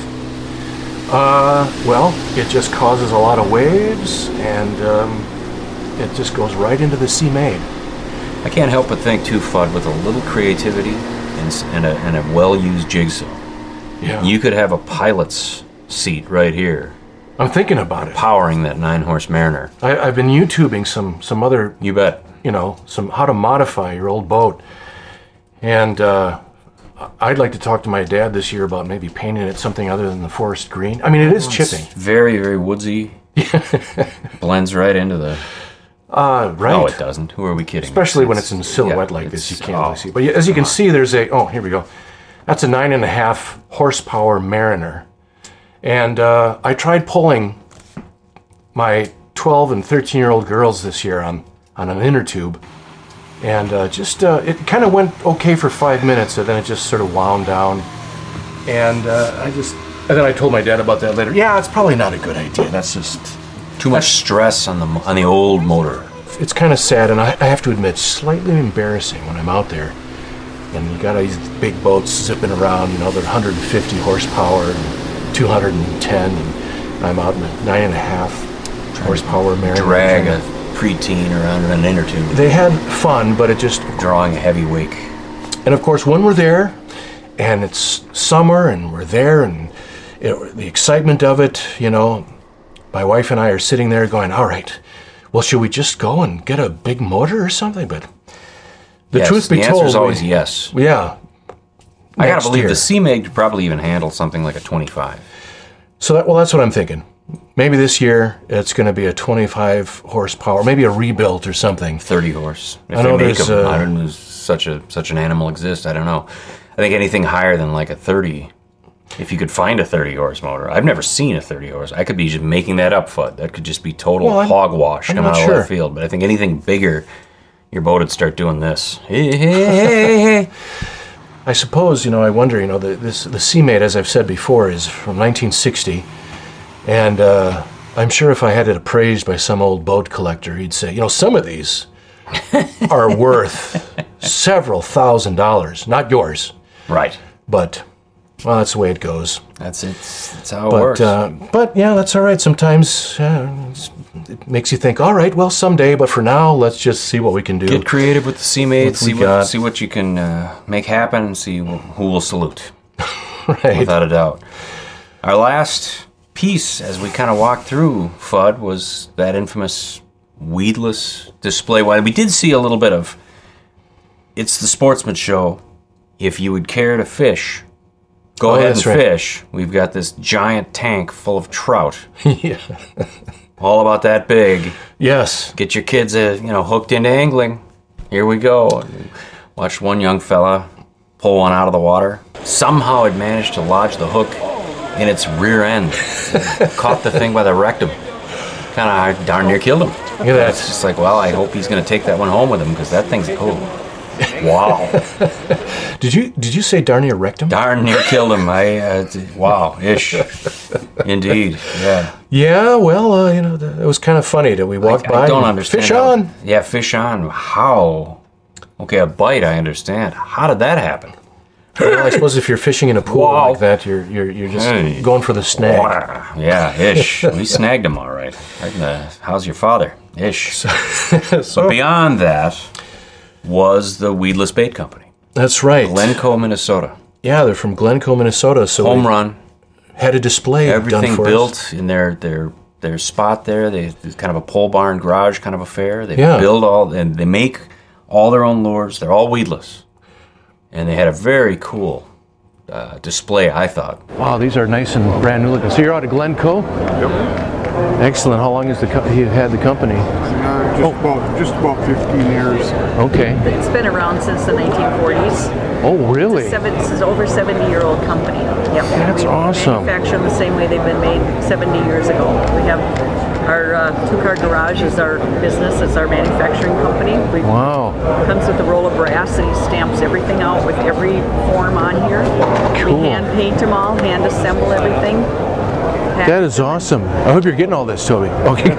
S2: uh, well, it just causes a lot of waves, and um, it just goes right into the sea maid.
S1: I can't help but think too, Fudd, with a little creativity and, s- and, a, and a well-used jigsaw,
S2: Yeah.
S1: you could have a pilot's seat right here
S2: I'm thinking about it.
S1: Powering that nine horse Mariner.
S2: I, I've been YouTubing some some other
S1: you bet
S2: you know some how to modify your old boat, and uh, I'd like to talk to my dad this year about maybe painting it something other than the forest green. I mean, it is
S1: It's
S2: chipping.
S1: very very woodsy. Blends right into the.
S2: Uh, right.
S1: No, Oh, it doesn't. Who are we kidding?
S2: Especially when it's in silhouette like this, you can't really see. But yeah, as you can see, there's a oh here we go. That's a nine and a half horsepower Mariner, and uh, I tried pulling my 12 and 13 year old girls this year on on an inner tube, and uh, just uh, it kind of went okay for five minutes, and then it just sort of wound down, and uh, I just and then I told my dad about that later. Yeah, it's probably not a good idea. That's just
S1: too much stress on the on the old motor.
S2: it's kind of sad, and I, I have to admit, slightly embarrassing when I'm out there. And you got these big boats zipping around, you know, they're 150 horsepower, and 210, and I'm out in a nine and a half horsepower Mariner.
S1: Drag a preteen around in an inner tube.
S2: They had fun, but it just
S1: drawing a heavy wake.
S2: And of course, when we're there, and it's summer, and we're there, and it, the excitement of it, you know, my wife and I are sitting there going, "All right, well, should we just go and get a big motor or something?" But the
S1: Yes,
S2: truth be
S1: the
S2: told,
S1: answer is always
S2: we-
S1: yes.
S2: Yeah,
S1: I gotta
S2: Next
S1: believe
S2: year.
S1: the Sea Meg could probably even handle something like a 25.
S2: So that well, that's what I'm thinking. Maybe this year it's going to be a 25 horsepower, maybe a rebuilt or something.
S1: 30 horse. If
S2: I know
S1: they make
S2: there's,
S1: them,
S2: uh,
S1: I don't know if such a such an animal exists. I don't know. I think anything higher than like a 30. If you could find a 30 horse motor, I've never seen a 30 horse. I could be just making that up, Fudd. That could just be total
S2: Well, I'm-
S1: hogwash
S2: I'm
S1: coming
S2: not
S1: out of
S2: sure.
S1: left field. But I think anything bigger, your boat would start doing this. Hey,
S2: I suppose you know. I wonder. You know, the, this the Seamate, as I've said before, is from 1960, and uh, I'm sure if I had it appraised by some old boat collector, he'd say, you know, some of these are worth several thousand dollars, not yours,
S1: right?
S2: But well, that's the way it goes.
S1: That's it. That's how it
S2: but
S1: works.
S2: Uh, but yeah, that's all right. Sometimes uh, it's- it makes you think. All right, well, someday. But for now, let's just see what we can do.
S1: Get creative with the Seamate.
S2: What we
S1: See what,
S2: got.
S1: see what you can uh, make happen. and See wh- who will salute.
S2: Right.
S1: Without a doubt. Our last piece, as we kind of walked through FUD, was that infamous weedless display. Well, we did see a little bit of. It's the sportsman show. If you would care to fish, go
S2: Oh,
S1: ahead and
S2: that's right.
S1: fish. We've got this giant tank full of trout
S2: yeah.
S1: all about that big.
S2: Yes.
S1: Get your kids, uh, you know, hooked into angling. Here we go. And Watched one young fella pull one out of the water. Somehow it managed to lodge the hook in its rear end. Caught the thing by the rectum. Kind of darn near killed him.
S2: Look at that.
S1: It's just like, well, I hope he's going to take that one home with him because that thing's cool. Wow.
S2: Did you did you say darn near rectum?
S1: Darn near killed him. I, uh, d- wow, ish. Indeed. Yeah.
S2: Yeah, well, uh, you know, th- it was kind of funny that we walked by.
S1: I don't
S2: and,
S1: understand.
S2: Fish
S1: how-
S2: on.
S1: Yeah, fish on. How? Okay, a bite. I understand. How did that happen?
S2: Well, I suppose if you're fishing in a pool
S1: Wow.
S2: like that, you're you're, you're just
S1: Hey.
S2: going for the snag.
S1: Yeah, ish. we snagged him all right. Right in the- how's your father? Ish. but beyond that was the Weedless Bait Company,
S2: That's right.
S1: Glencoe, Minnesota.
S2: yeah, they're from Glencoe, Minnesota. So
S1: Home
S2: we
S1: run.
S2: Had a display
S1: Everything
S2: done for us.
S1: built in their their their spot there. They it's kind of a pole barn garage kind of affair. They
S2: Yeah.
S1: build all and they make all their own lures. They're all weedless, and they had a very cool uh, display. I thought
S9: Wow, these are nice and brand new looking. So you're out of Glencoe? Yep. Excellent. How long has the co- you had the company?
S14: Uh, just, about, just about 15 years.
S9: Okay.
S15: It's been around since the 1940s.
S9: Oh, really?
S15: It's a seven, this is over 70 year old company. Yep.
S9: That's
S15: we
S9: awesome.
S15: Manufacture them the same way they've been made 70 years ago. We have our uh, two car garage is our business. It's our manufacturing company. We
S9: Wow.
S15: comes with a roll of brass and he stamps everything out with every form on here.
S9: Cool.
S15: We hand paint them all, hand assemble everything. Pack-
S9: That is awesome. I hope you're getting all this, Toby. Okay.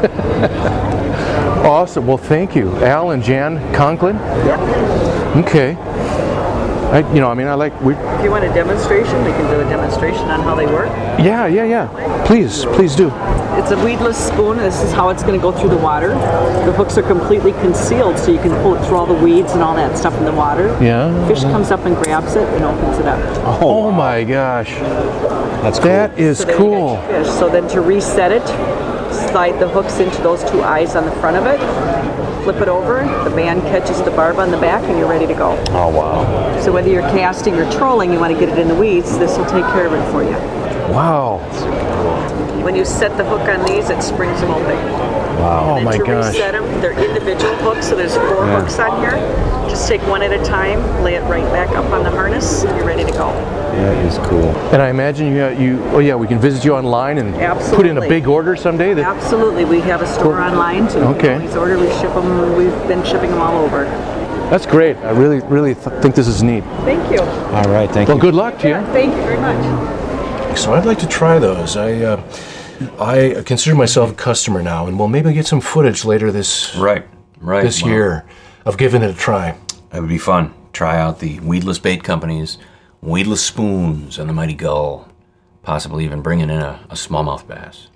S9: awesome. Well, thank you, Al and Jan Conklin.
S15: Yep.
S9: Okay. I, you know, I mean, I like we.
S15: If you want a demonstration, we can do a demonstration on how they work.
S9: Yeah, yeah, yeah. Please, please do.
S15: It's a weedless spoon. This is how it's going to go through the water. The hooks are completely concealed, so you can pull it through all the weeds and all that stuff in the water.
S9: Yeah.
S15: Fish comes up and grabs it and opens it up.
S9: Oh, my gosh. That's cool. That is
S15: So then you
S9: cool.
S15: get your Fish. So then to reset it, slide the hooks into those two eyes on the front of it. Flip it over. The man catches the barb on the back, and you're ready to go.
S4: Oh wow.
S15: So whether you're casting or trolling, you want to get it in the weeds. This will take care of it for you.
S9: Wow.
S15: When you set the hook on these, it springs them open.
S9: Wow. Oh
S15: And
S9: my
S15: to
S9: gosh.
S15: reset them, they're individual hooks, so there's four
S9: Yeah.
S15: hooks on here. Just take one at a time, lay it right back up on the harness, and you're ready to go.
S9: That is cool. And I imagine you, you oh yeah, we can visit you online and put in a
S15: Absolutely.
S9: big order someday. That,
S15: Absolutely, we have a store online too.
S9: Okay.
S15: These order, we ship them. We've been shipping them all over.
S9: that's great. I really, really th- think this is neat.
S15: Thank you.
S9: All right, thank well, good luck to you.
S15: Thank you very much.
S2: So I'd like to try those. I uh, I consider myself a customer now, and we'll maybe get some footage later this
S1: right, right
S2: this
S1: Wow.
S2: year of giving it a try.
S1: That would be fun. Try out the weedless bait companies, weedless spoons, and the mighty gull. Possibly even bringing in a, a smallmouth bass.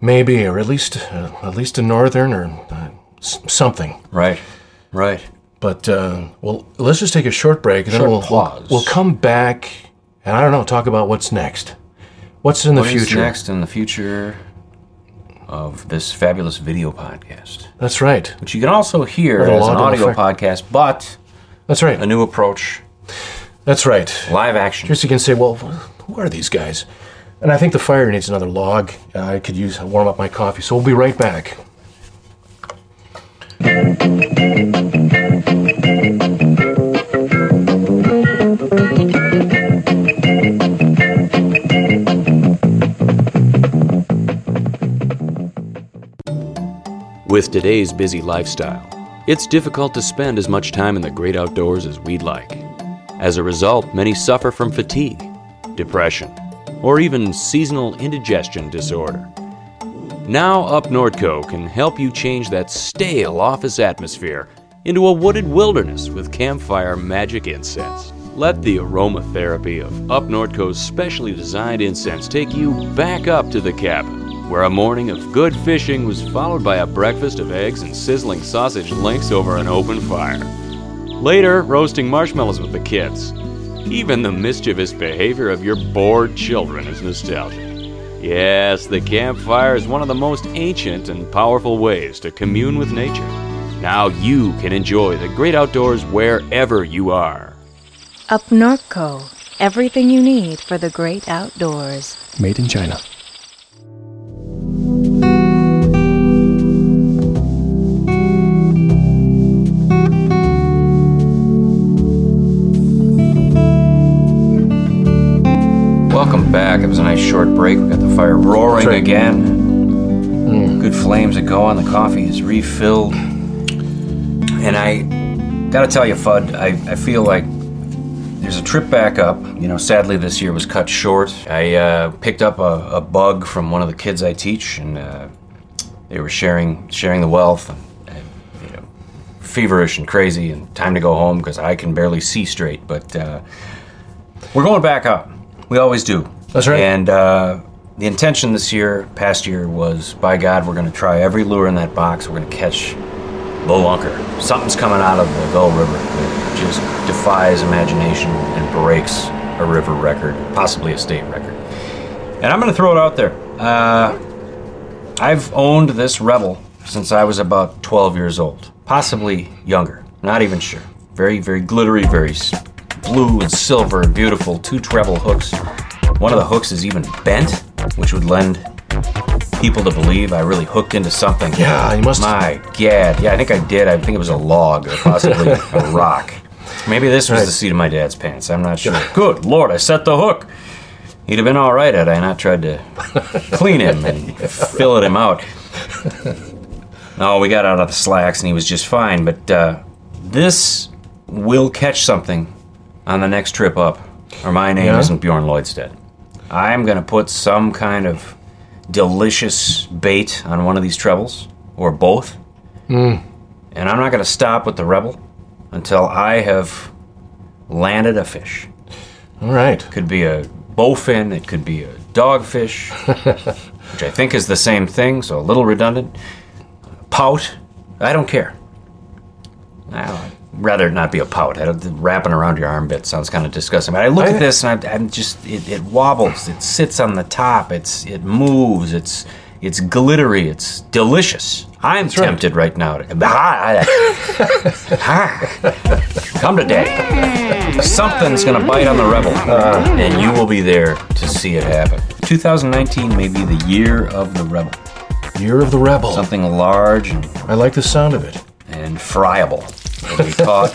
S2: Maybe, or at least uh, at least a northern or uh, s- something.
S1: Right, right.
S2: But uh, well, let's just take a short break, and
S1: Short
S2: then we'll, we'll
S1: pause.
S2: we'll come back, and I don't know, talk about what's next, what's in the
S1: What is
S2: future.
S1: next in the future of this fabulous video podcast,
S2: That's right.
S1: which you can also hear
S2: What a
S1: as an
S2: lot of
S1: audio
S2: effect.
S1: podcast, but
S2: that's right,
S1: a new approach,
S2: That's right.
S1: live action.
S2: Just you can say, well, wh- who are these guys? And I think the fire needs another log. I could use warm up my coffee, so we'll be right back.
S16: With today's busy lifestyle, it's difficult to spend as much time in the great outdoors as we'd like. As a result, many suffer from fatigue, depression, or even seasonal indigestion disorder. Now, Up Nordco can help you change that stale office atmosphere into a wooded wilderness with campfire magic incense. Let the aromatherapy of Up Nordco's specially designed incense take you back up to the cabin, where a morning of good fishing was followed by a breakfast of eggs and sizzling sausage links over an open fire. Later, roasting marshmallows with the kids. Even the mischievous behavior of your bored children is nostalgic. Yes, the campfire is one of the most ancient and powerful ways to commune with nature. Now you can enjoy the great outdoors wherever you are.
S17: Up Norco, everything you need for the great outdoors.
S9: Made in China.
S1: Welcome back. It was a nice short break. We got the fire
S2: That's
S1: roaring
S2: right. Mm.
S1: again. Good flames are going. The coffee is refilled. And I gotta tell you, Fudd, I, I feel like there's a trip back up. You know, sadly, this year was cut short. I uh, picked up a, a bug from one of the kids I teach, and uh, they were sharing sharing the wealth. And, and, you know, feverish and crazy, and time to go home because I can barely see straight. But uh, we're going back up. We always do. That's right. And uh, the intention this year, past year, was by God, we're going to try every lure in that box. We're going to catch the lunker. Something's coming out of the Gull River that just defies imagination and breaks a river record, possibly a state record. And I'm going to throw it out there. Uh, I've owned this Rebel since I was about 12 years old, possibly younger, not even sure. Very, very glittery, very s- blue and silver, beautiful, two treble hooks. One of the hooks is even bent, which would lend people to believe I really hooked into something.
S2: Yeah, you must-
S1: My gad. Yeah, I think I did. I think it was a log or possibly a rock. Maybe this was
S2: Right.
S1: the seat of my dad's pants. I'm not sure. Good lord, I set the hook. He'd have been all right had I not tried to clean him and fill him out. No, we got out of the slacks and he was just fine. But uh, this will catch something on the next trip up, or my name
S2: Yeah?
S1: isn't Bjorn Lloydstead. I'm going to put some kind of delicious bait on one of these trebles, or both,
S2: Mm.
S1: and I'm not going to stop with the Rebel until I have landed a fish.
S2: All right.
S1: Could be a bowfin, it could be a dogfish, which I think is the same thing, so a little redundant. Pout, I don't care. I'd rather it not be a pout. I don't, the wrapping around your arm bit sounds kind of disgusting. But I look at this and I, I'm just, it, it wobbles, it sits on the top, it's it moves, it's it's glittery, it's delicious. I'm tempted right, now to. Come today. Something's gonna bite on the rebel,
S2: Uh.
S1: and you will be there to see it happen. 2019 may be the year of the rebel.
S2: Year of the rebel.
S1: Something large and
S2: I like the sound of it.
S1: and friable. It'll be caught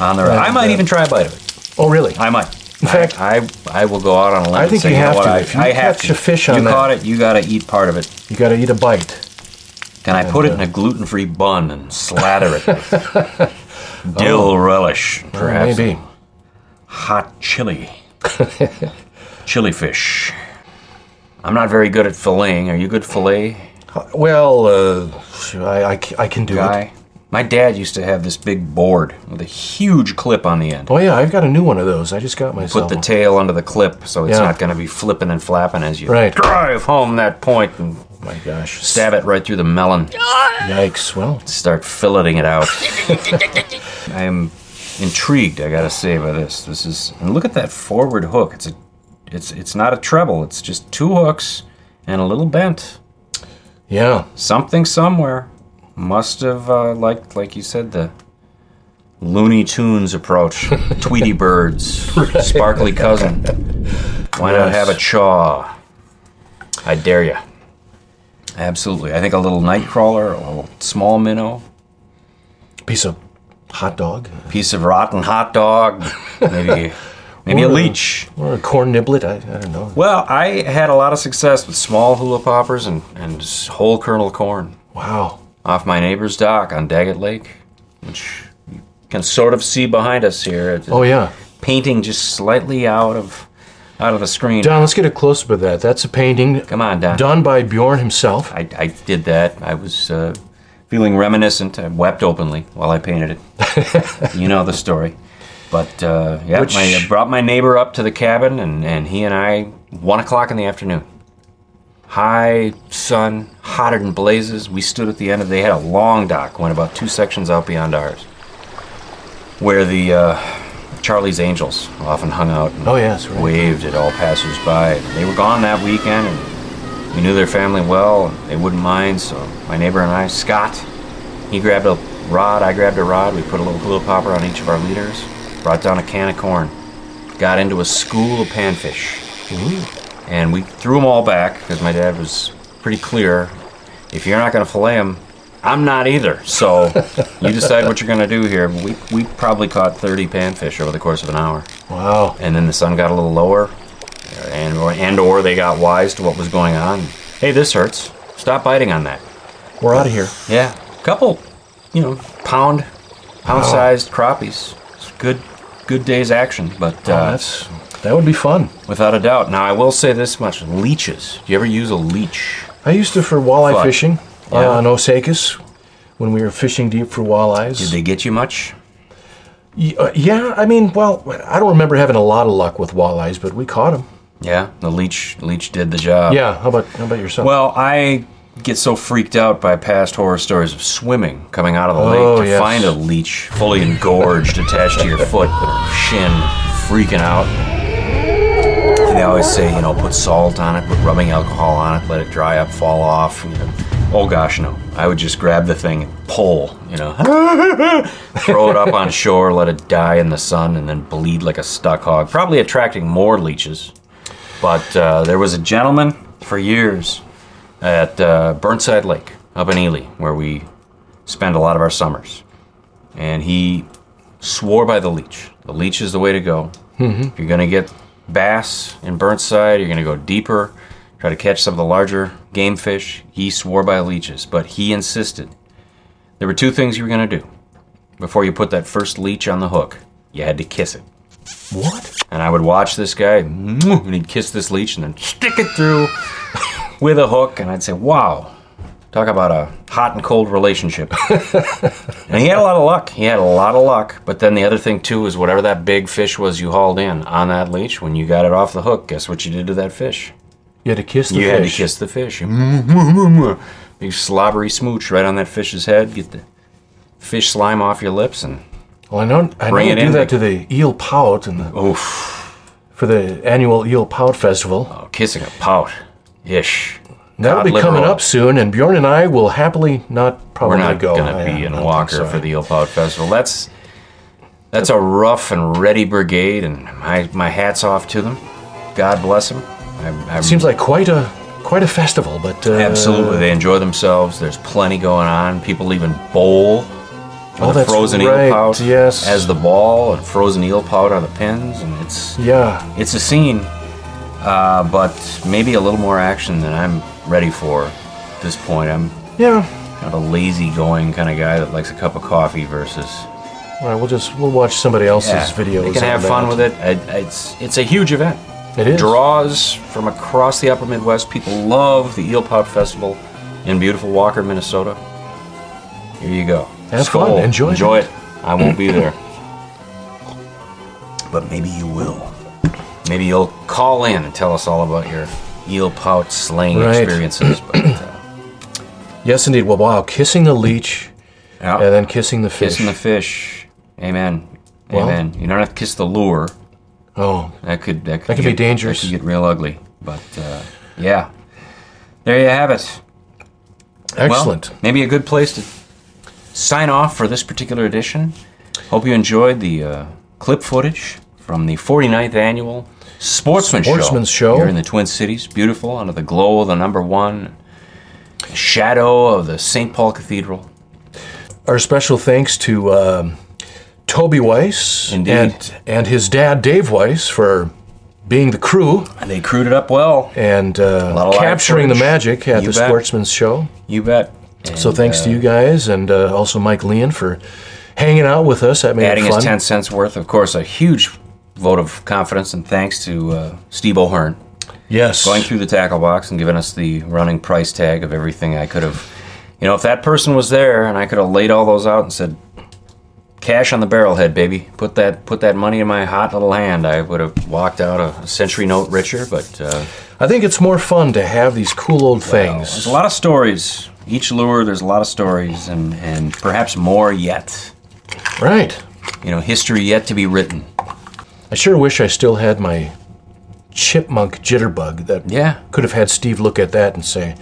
S1: on the rebel. I might even try a bite of it.
S2: uh, Oh, really?
S1: I might. In fact, I, I, I will go out on a limb.
S2: I
S1: and
S2: think
S1: say,
S2: you
S1: know
S2: have
S1: what,
S2: to.
S1: I,
S2: If you
S1: I have
S2: catch
S1: to.
S2: a fish
S1: you
S2: on that-
S1: caught it. You got to eat part of it.
S2: You got to eat a bite.
S1: Can
S2: Oh,
S1: I put it in a gluten-free bun and slather it with dill relish,
S2: Oh. Well,
S1: perhaps?
S2: maybe.
S1: Hot chili. chili fish. I'm not very good at filleting. Are you good fillet?
S2: Well, uh, I, I, c- I can do
S1: Guy? My dad used to have this big board with a huge clip on the end.
S2: it. Oh, yeah, I've got a new one of those. I just got myself.
S1: Put the tail under the clip so it's
S2: Yeah.
S1: not going to be flipping and flapping as you
S2: Right.
S1: drive home that point and my
S2: gosh,
S1: stab it right through the melon.
S2: Yikes! Well,
S1: start filleting it out. I am intrigued. I gotta say by this. This is and look at that forward hook. It's a, it's it's not a treble. It's just two hooks and a little bent.
S2: Yeah.
S1: Something somewhere must have uh, liked, like you said, the Looney Tunes approach. Tweety Birds, Sparkly Cousin. Why not
S2: Yes.
S1: have a chaw? I dare you. Absolutely. I think a little night crawler, a little small minnow,
S2: piece of hot dog,
S1: piece of rotten hot dog, maybe maybe
S2: Or
S1: a leech.
S2: or a corn niblet. I, I don't know.
S1: Well, I had a lot of success with small hula poppers and, and s- whole kernel corn
S2: Wow.
S1: off my neighbor's dock on Daggett Lake, which you can sort of see behind us here. It's
S2: Oh yeah.
S1: painting just slightly out of out of the screen.
S2: Don, let's get a close up of that. That's a painting
S1: Come on, Don.
S2: done by Bjorn himself.
S1: I, I did that. I was uh, feeling reminiscent. I wept openly while I painted it. you know the story. But uh, yeah,
S2: Which-
S1: my, I brought my neighbor up to the cabin, and, and he and I, one o'clock in the afternoon. High sun, hotter than blazes. We stood at the end of. They had a long dock, went about two sections out beyond ours, where the uh, Charlie's Angels often hung out. And
S2: Oh, yes, right.
S1: waved at all passersby. They were gone that weekend, and we knew their family well, and they wouldn't mind, so my neighbor and I, Scott, he grabbed a rod, I grabbed a rod, we put a little hula popper on each of our leaders, brought down a can of corn, got into a school of panfish, and we threw them all back because my dad was pretty clear if you're not going to fillet them, I'm not either. So you decide what you're going to do here. We, we probably caught 30 panfish over the course of an hour
S2: Wow.
S1: and then the sun got a little lower, and or, and or they got wise to what was going on. Hey, this hurts. Stop biting on that.
S2: We're out of here.
S1: Yeah, couple, you know, pound, pound-sized crappies. It's good, good day's action, but
S2: Oh,
S1: uh,
S2: that's that would be fun.
S1: without a doubt. Now I will say this much: leeches. Do you ever use a leech?
S2: I used to for walleye
S1: Fun.
S2: fishing
S1: Yeah.
S2: uh, on Osakis when we were fishing deep for walleyes.
S1: Did they get you much?
S2: Y- uh, yeah, I mean, well, I don't remember having a lot of luck with walleyes, but we caught them.
S1: Yeah, the leech leech did the job.
S2: yeah, how about how about yourself?
S1: Uh. Well, I get so freaked out by past horror stories of swimming coming out of the
S2: Oh,
S1: lake to
S2: yes.
S1: find a leech fully engorged attached to your foot or shin, freaking out. And they always say, you know, put salt on it, put rubbing alcohol on it, let it dry up, fall off. You know, oh gosh, no. I would just grab the thing and pull, you know, throw it up on shore, let it die in the sun, and then bleed like a stuck hog, probably attracting more leeches. But uh, there was a gentleman for years at uh, Burnside Lake up in Ely, where we spend a lot of our summers. And he swore by the leech. The leech is the way to go.
S15: Mm-hmm.
S9: Mm-hmm.
S1: If you're going to get bass in Burnside, you're going to go deeper, try to catch some of the larger game fish. He swore by leeches, but he insisted there were two things you were going to do before you put that first leech on the hook. You had to kiss it.
S2: what?
S1: And I would watch this guy, and he'd kiss this leech and then stick it through with a hook, and I'd say, wow, Talk about a hot and cold relationship. and he had a lot of luck. He had a lot of luck. But then the other thing, too, is whatever that big fish was you hauled in on that leash, when you got it off the hook, guess what you did to that fish?
S2: You had to kiss the
S1: you
S2: fish.
S1: had to kiss the fish. You Big slobbery smooch right on that fish's head. Get the fish slime off your lips and
S2: Well, I know I know
S1: Bring
S2: they
S1: it
S2: do
S1: in,
S2: that
S1: like-
S2: to the eel pout and the for the annual eel pout festival. Oh,
S1: kissing a pout, ish.
S2: That'll
S1: God
S2: be
S1: liver
S2: coming
S1: oil.
S2: up soon, and Bjorn and I will happily not probably
S1: we're not
S2: go.
S1: going to
S2: I-
S1: be
S2: I
S1: in
S2: don't
S1: Walker
S2: think so.
S1: for the Eel Pout Festival. That's that's a rough and ready brigade, and my my hats off to them. God bless them. I'm, I'm
S2: Seems like quite a quite a festival, but uh,
S1: absolutely they enjoy themselves. There's plenty going on. People even bowl. with
S2: Oh,
S1: the
S2: that's
S1: frozen
S2: right,
S1: eel pout
S2: yes.
S1: as the ball, and frozen eel pout are the pins, and it's
S2: Yeah,
S1: it's a scene, uh, but maybe a little more action than I'm ready for at this point. I'm
S2: yeah.
S1: kind of a lazy going kind of guy that likes a cup of coffee versus
S2: All right, we'll just we'll watch somebody else's
S1: Yeah,
S2: videos. uh,
S1: They can
S2: on
S1: have fun
S2: that.
S1: with it. I- I- It's it's a huge event.
S2: It is.
S1: Draws from across the Upper Midwest. People love the Eel Pop Festival in beautiful Walker, Minnesota. Here you go.
S2: Have fun. Enjoy it.
S1: Enjoy it. I won't be there, but maybe you will. Maybe you'll call in and tell us all about your eel pout slaying
S2: Right.
S1: experiences. But uh,
S2: Yes, indeed. Well, wow, kissing the leech, and then kissing the fish.
S1: kissing the fish, amen,
S2: Well-
S1: amen. You don't have to kiss the lure.
S2: Oh,
S1: that could that could,
S2: That could be
S1: get-
S2: dangerous.
S1: That could get real ugly. But uh, yeah, there you have it. Well,
S2: Excellent.
S1: maybe a good place to sign off for this particular edition. Hope you enjoyed the uh, clip footage from the 49th annual Sportsman
S2: Sportsman's Show.
S1: here in the Twin Cities. Beautiful under the glow of the number one shadow of the St. Paul Cathedral.
S2: Our special thanks to um, Toby Weiss
S1: Indeed.
S2: and and his dad Dave Weiss for being the crew
S1: They crewed it up well.
S2: and
S1: lot
S2: uh,
S1: of live
S2: capturing the
S1: footage.
S2: magic at
S1: You
S2: the
S1: bet.
S2: Sportsman's Show.
S1: You bet.
S2: so
S1: And,
S2: thanks
S1: uh,
S2: to you guys and uh, also Mike Leon for hanging out with us. That made
S1: adding
S2: it fun.
S1: his 10 cents worth. Of course, a huge vote of confidence and thanks to uh, Steve O'Hearn.
S2: Yes.
S1: Going through the tackle box and giving us the running price tag of everything I could have. You know, if that person was there and I could have laid all those out and said, cash on the barrel head, baby. Put that put that money in my hot little hand. I would have walked out a century note richer, but uh,
S2: I think it's more fun to have these cool old things.
S1: there's a lot of stories. Each lure, there's a lot of stories, and, and perhaps more yet.
S2: Right.
S1: You know, history yet to be written.
S2: I sure wish I still had my chipmunk jitterbug that
S1: yeah.
S2: could have had Steve look at that and say,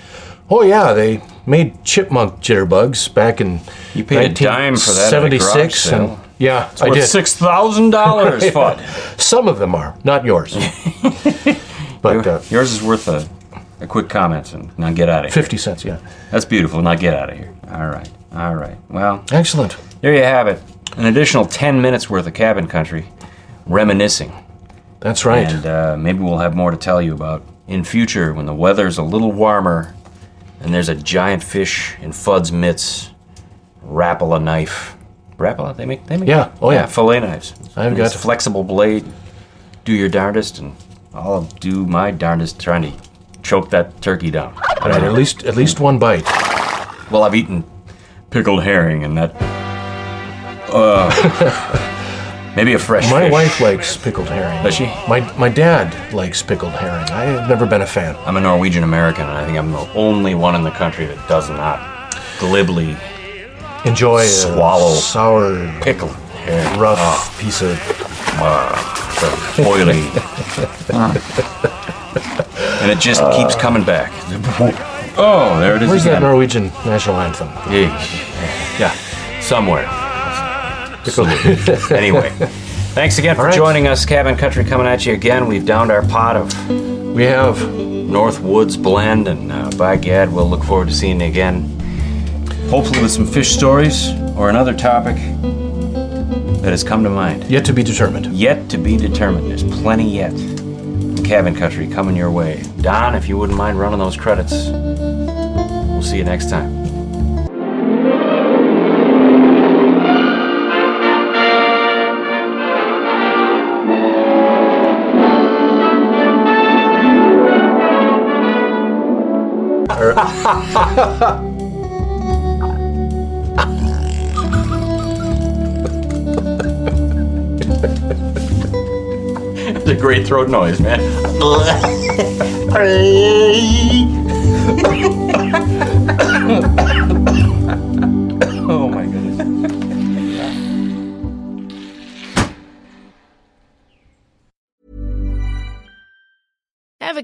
S2: "Oh yeah, they made chipmunk jitterbugs back in
S1: You paid a dime for that at a garage
S2: 1976 and-
S1: sale.
S2: yeah,
S1: It's
S2: I
S1: worth
S2: did.
S1: $6,000, Fudd.
S2: Some of them are, not yours. but uh,
S1: Yours is worth a, a quick comment and now get out of here.
S2: 50 cents, yeah.
S1: That's beautiful. Now get out of here. All right. All right. Well,
S2: Excellent.
S1: there you have it. An additional 10 minutes worth of cabin country reminiscing.
S2: That's right.
S1: And uh, maybe we'll have more to tell you about in future when the weather's a little warmer and there's a giant fish in Fudd's mitts. Rappel a knife. Rappel? They make they make
S2: Yeah. Oh, yeah.
S1: fillet knives.
S2: I've
S1: Nice
S2: got-
S1: flexible blade. Do your darndest, and I'll do my darndest trying to choke that turkey down.
S2: All right, at least at least one bite.
S1: Well, I've eaten pickled herring and that. Uh, maybe a fresh.
S2: My
S1: fish.
S2: wife likes pickled herring.
S1: Does she?
S2: My my dad likes pickled herring. I have never been a fan.
S1: I'm a Norwegian American, and I think I'm the only one in the country that does not glibly
S2: Enjoy uh, a
S1: Swallow.
S2: sour
S1: pickle herring.
S2: rough
S1: Oh.
S2: piece of
S1: uh, the boiling. and it just keeps coming back. Oh, there it is
S2: Where's that
S1: again.
S2: Norwegian national anthem?
S1: Yeah. yeah, somewhere. Salute. anyway, thanks again for
S2: All right.
S1: joining us, Cabin Country, coming at you again. We've downed our pot of
S2: We have
S1: North Woods Blend, and uh, by gad, we'll look forward to seeing you again. Hopefully, with some fish stories or another topic that has come to mind.
S2: yet to be determined.
S1: Yet to be determined. There's plenty yet. in Cabin Country coming your way. Don, if you wouldn't mind running those credits, we'll see you next time.
S2: Or-
S1: It's a great throat noise, man.
S12: oh my goodness.
S18: Ever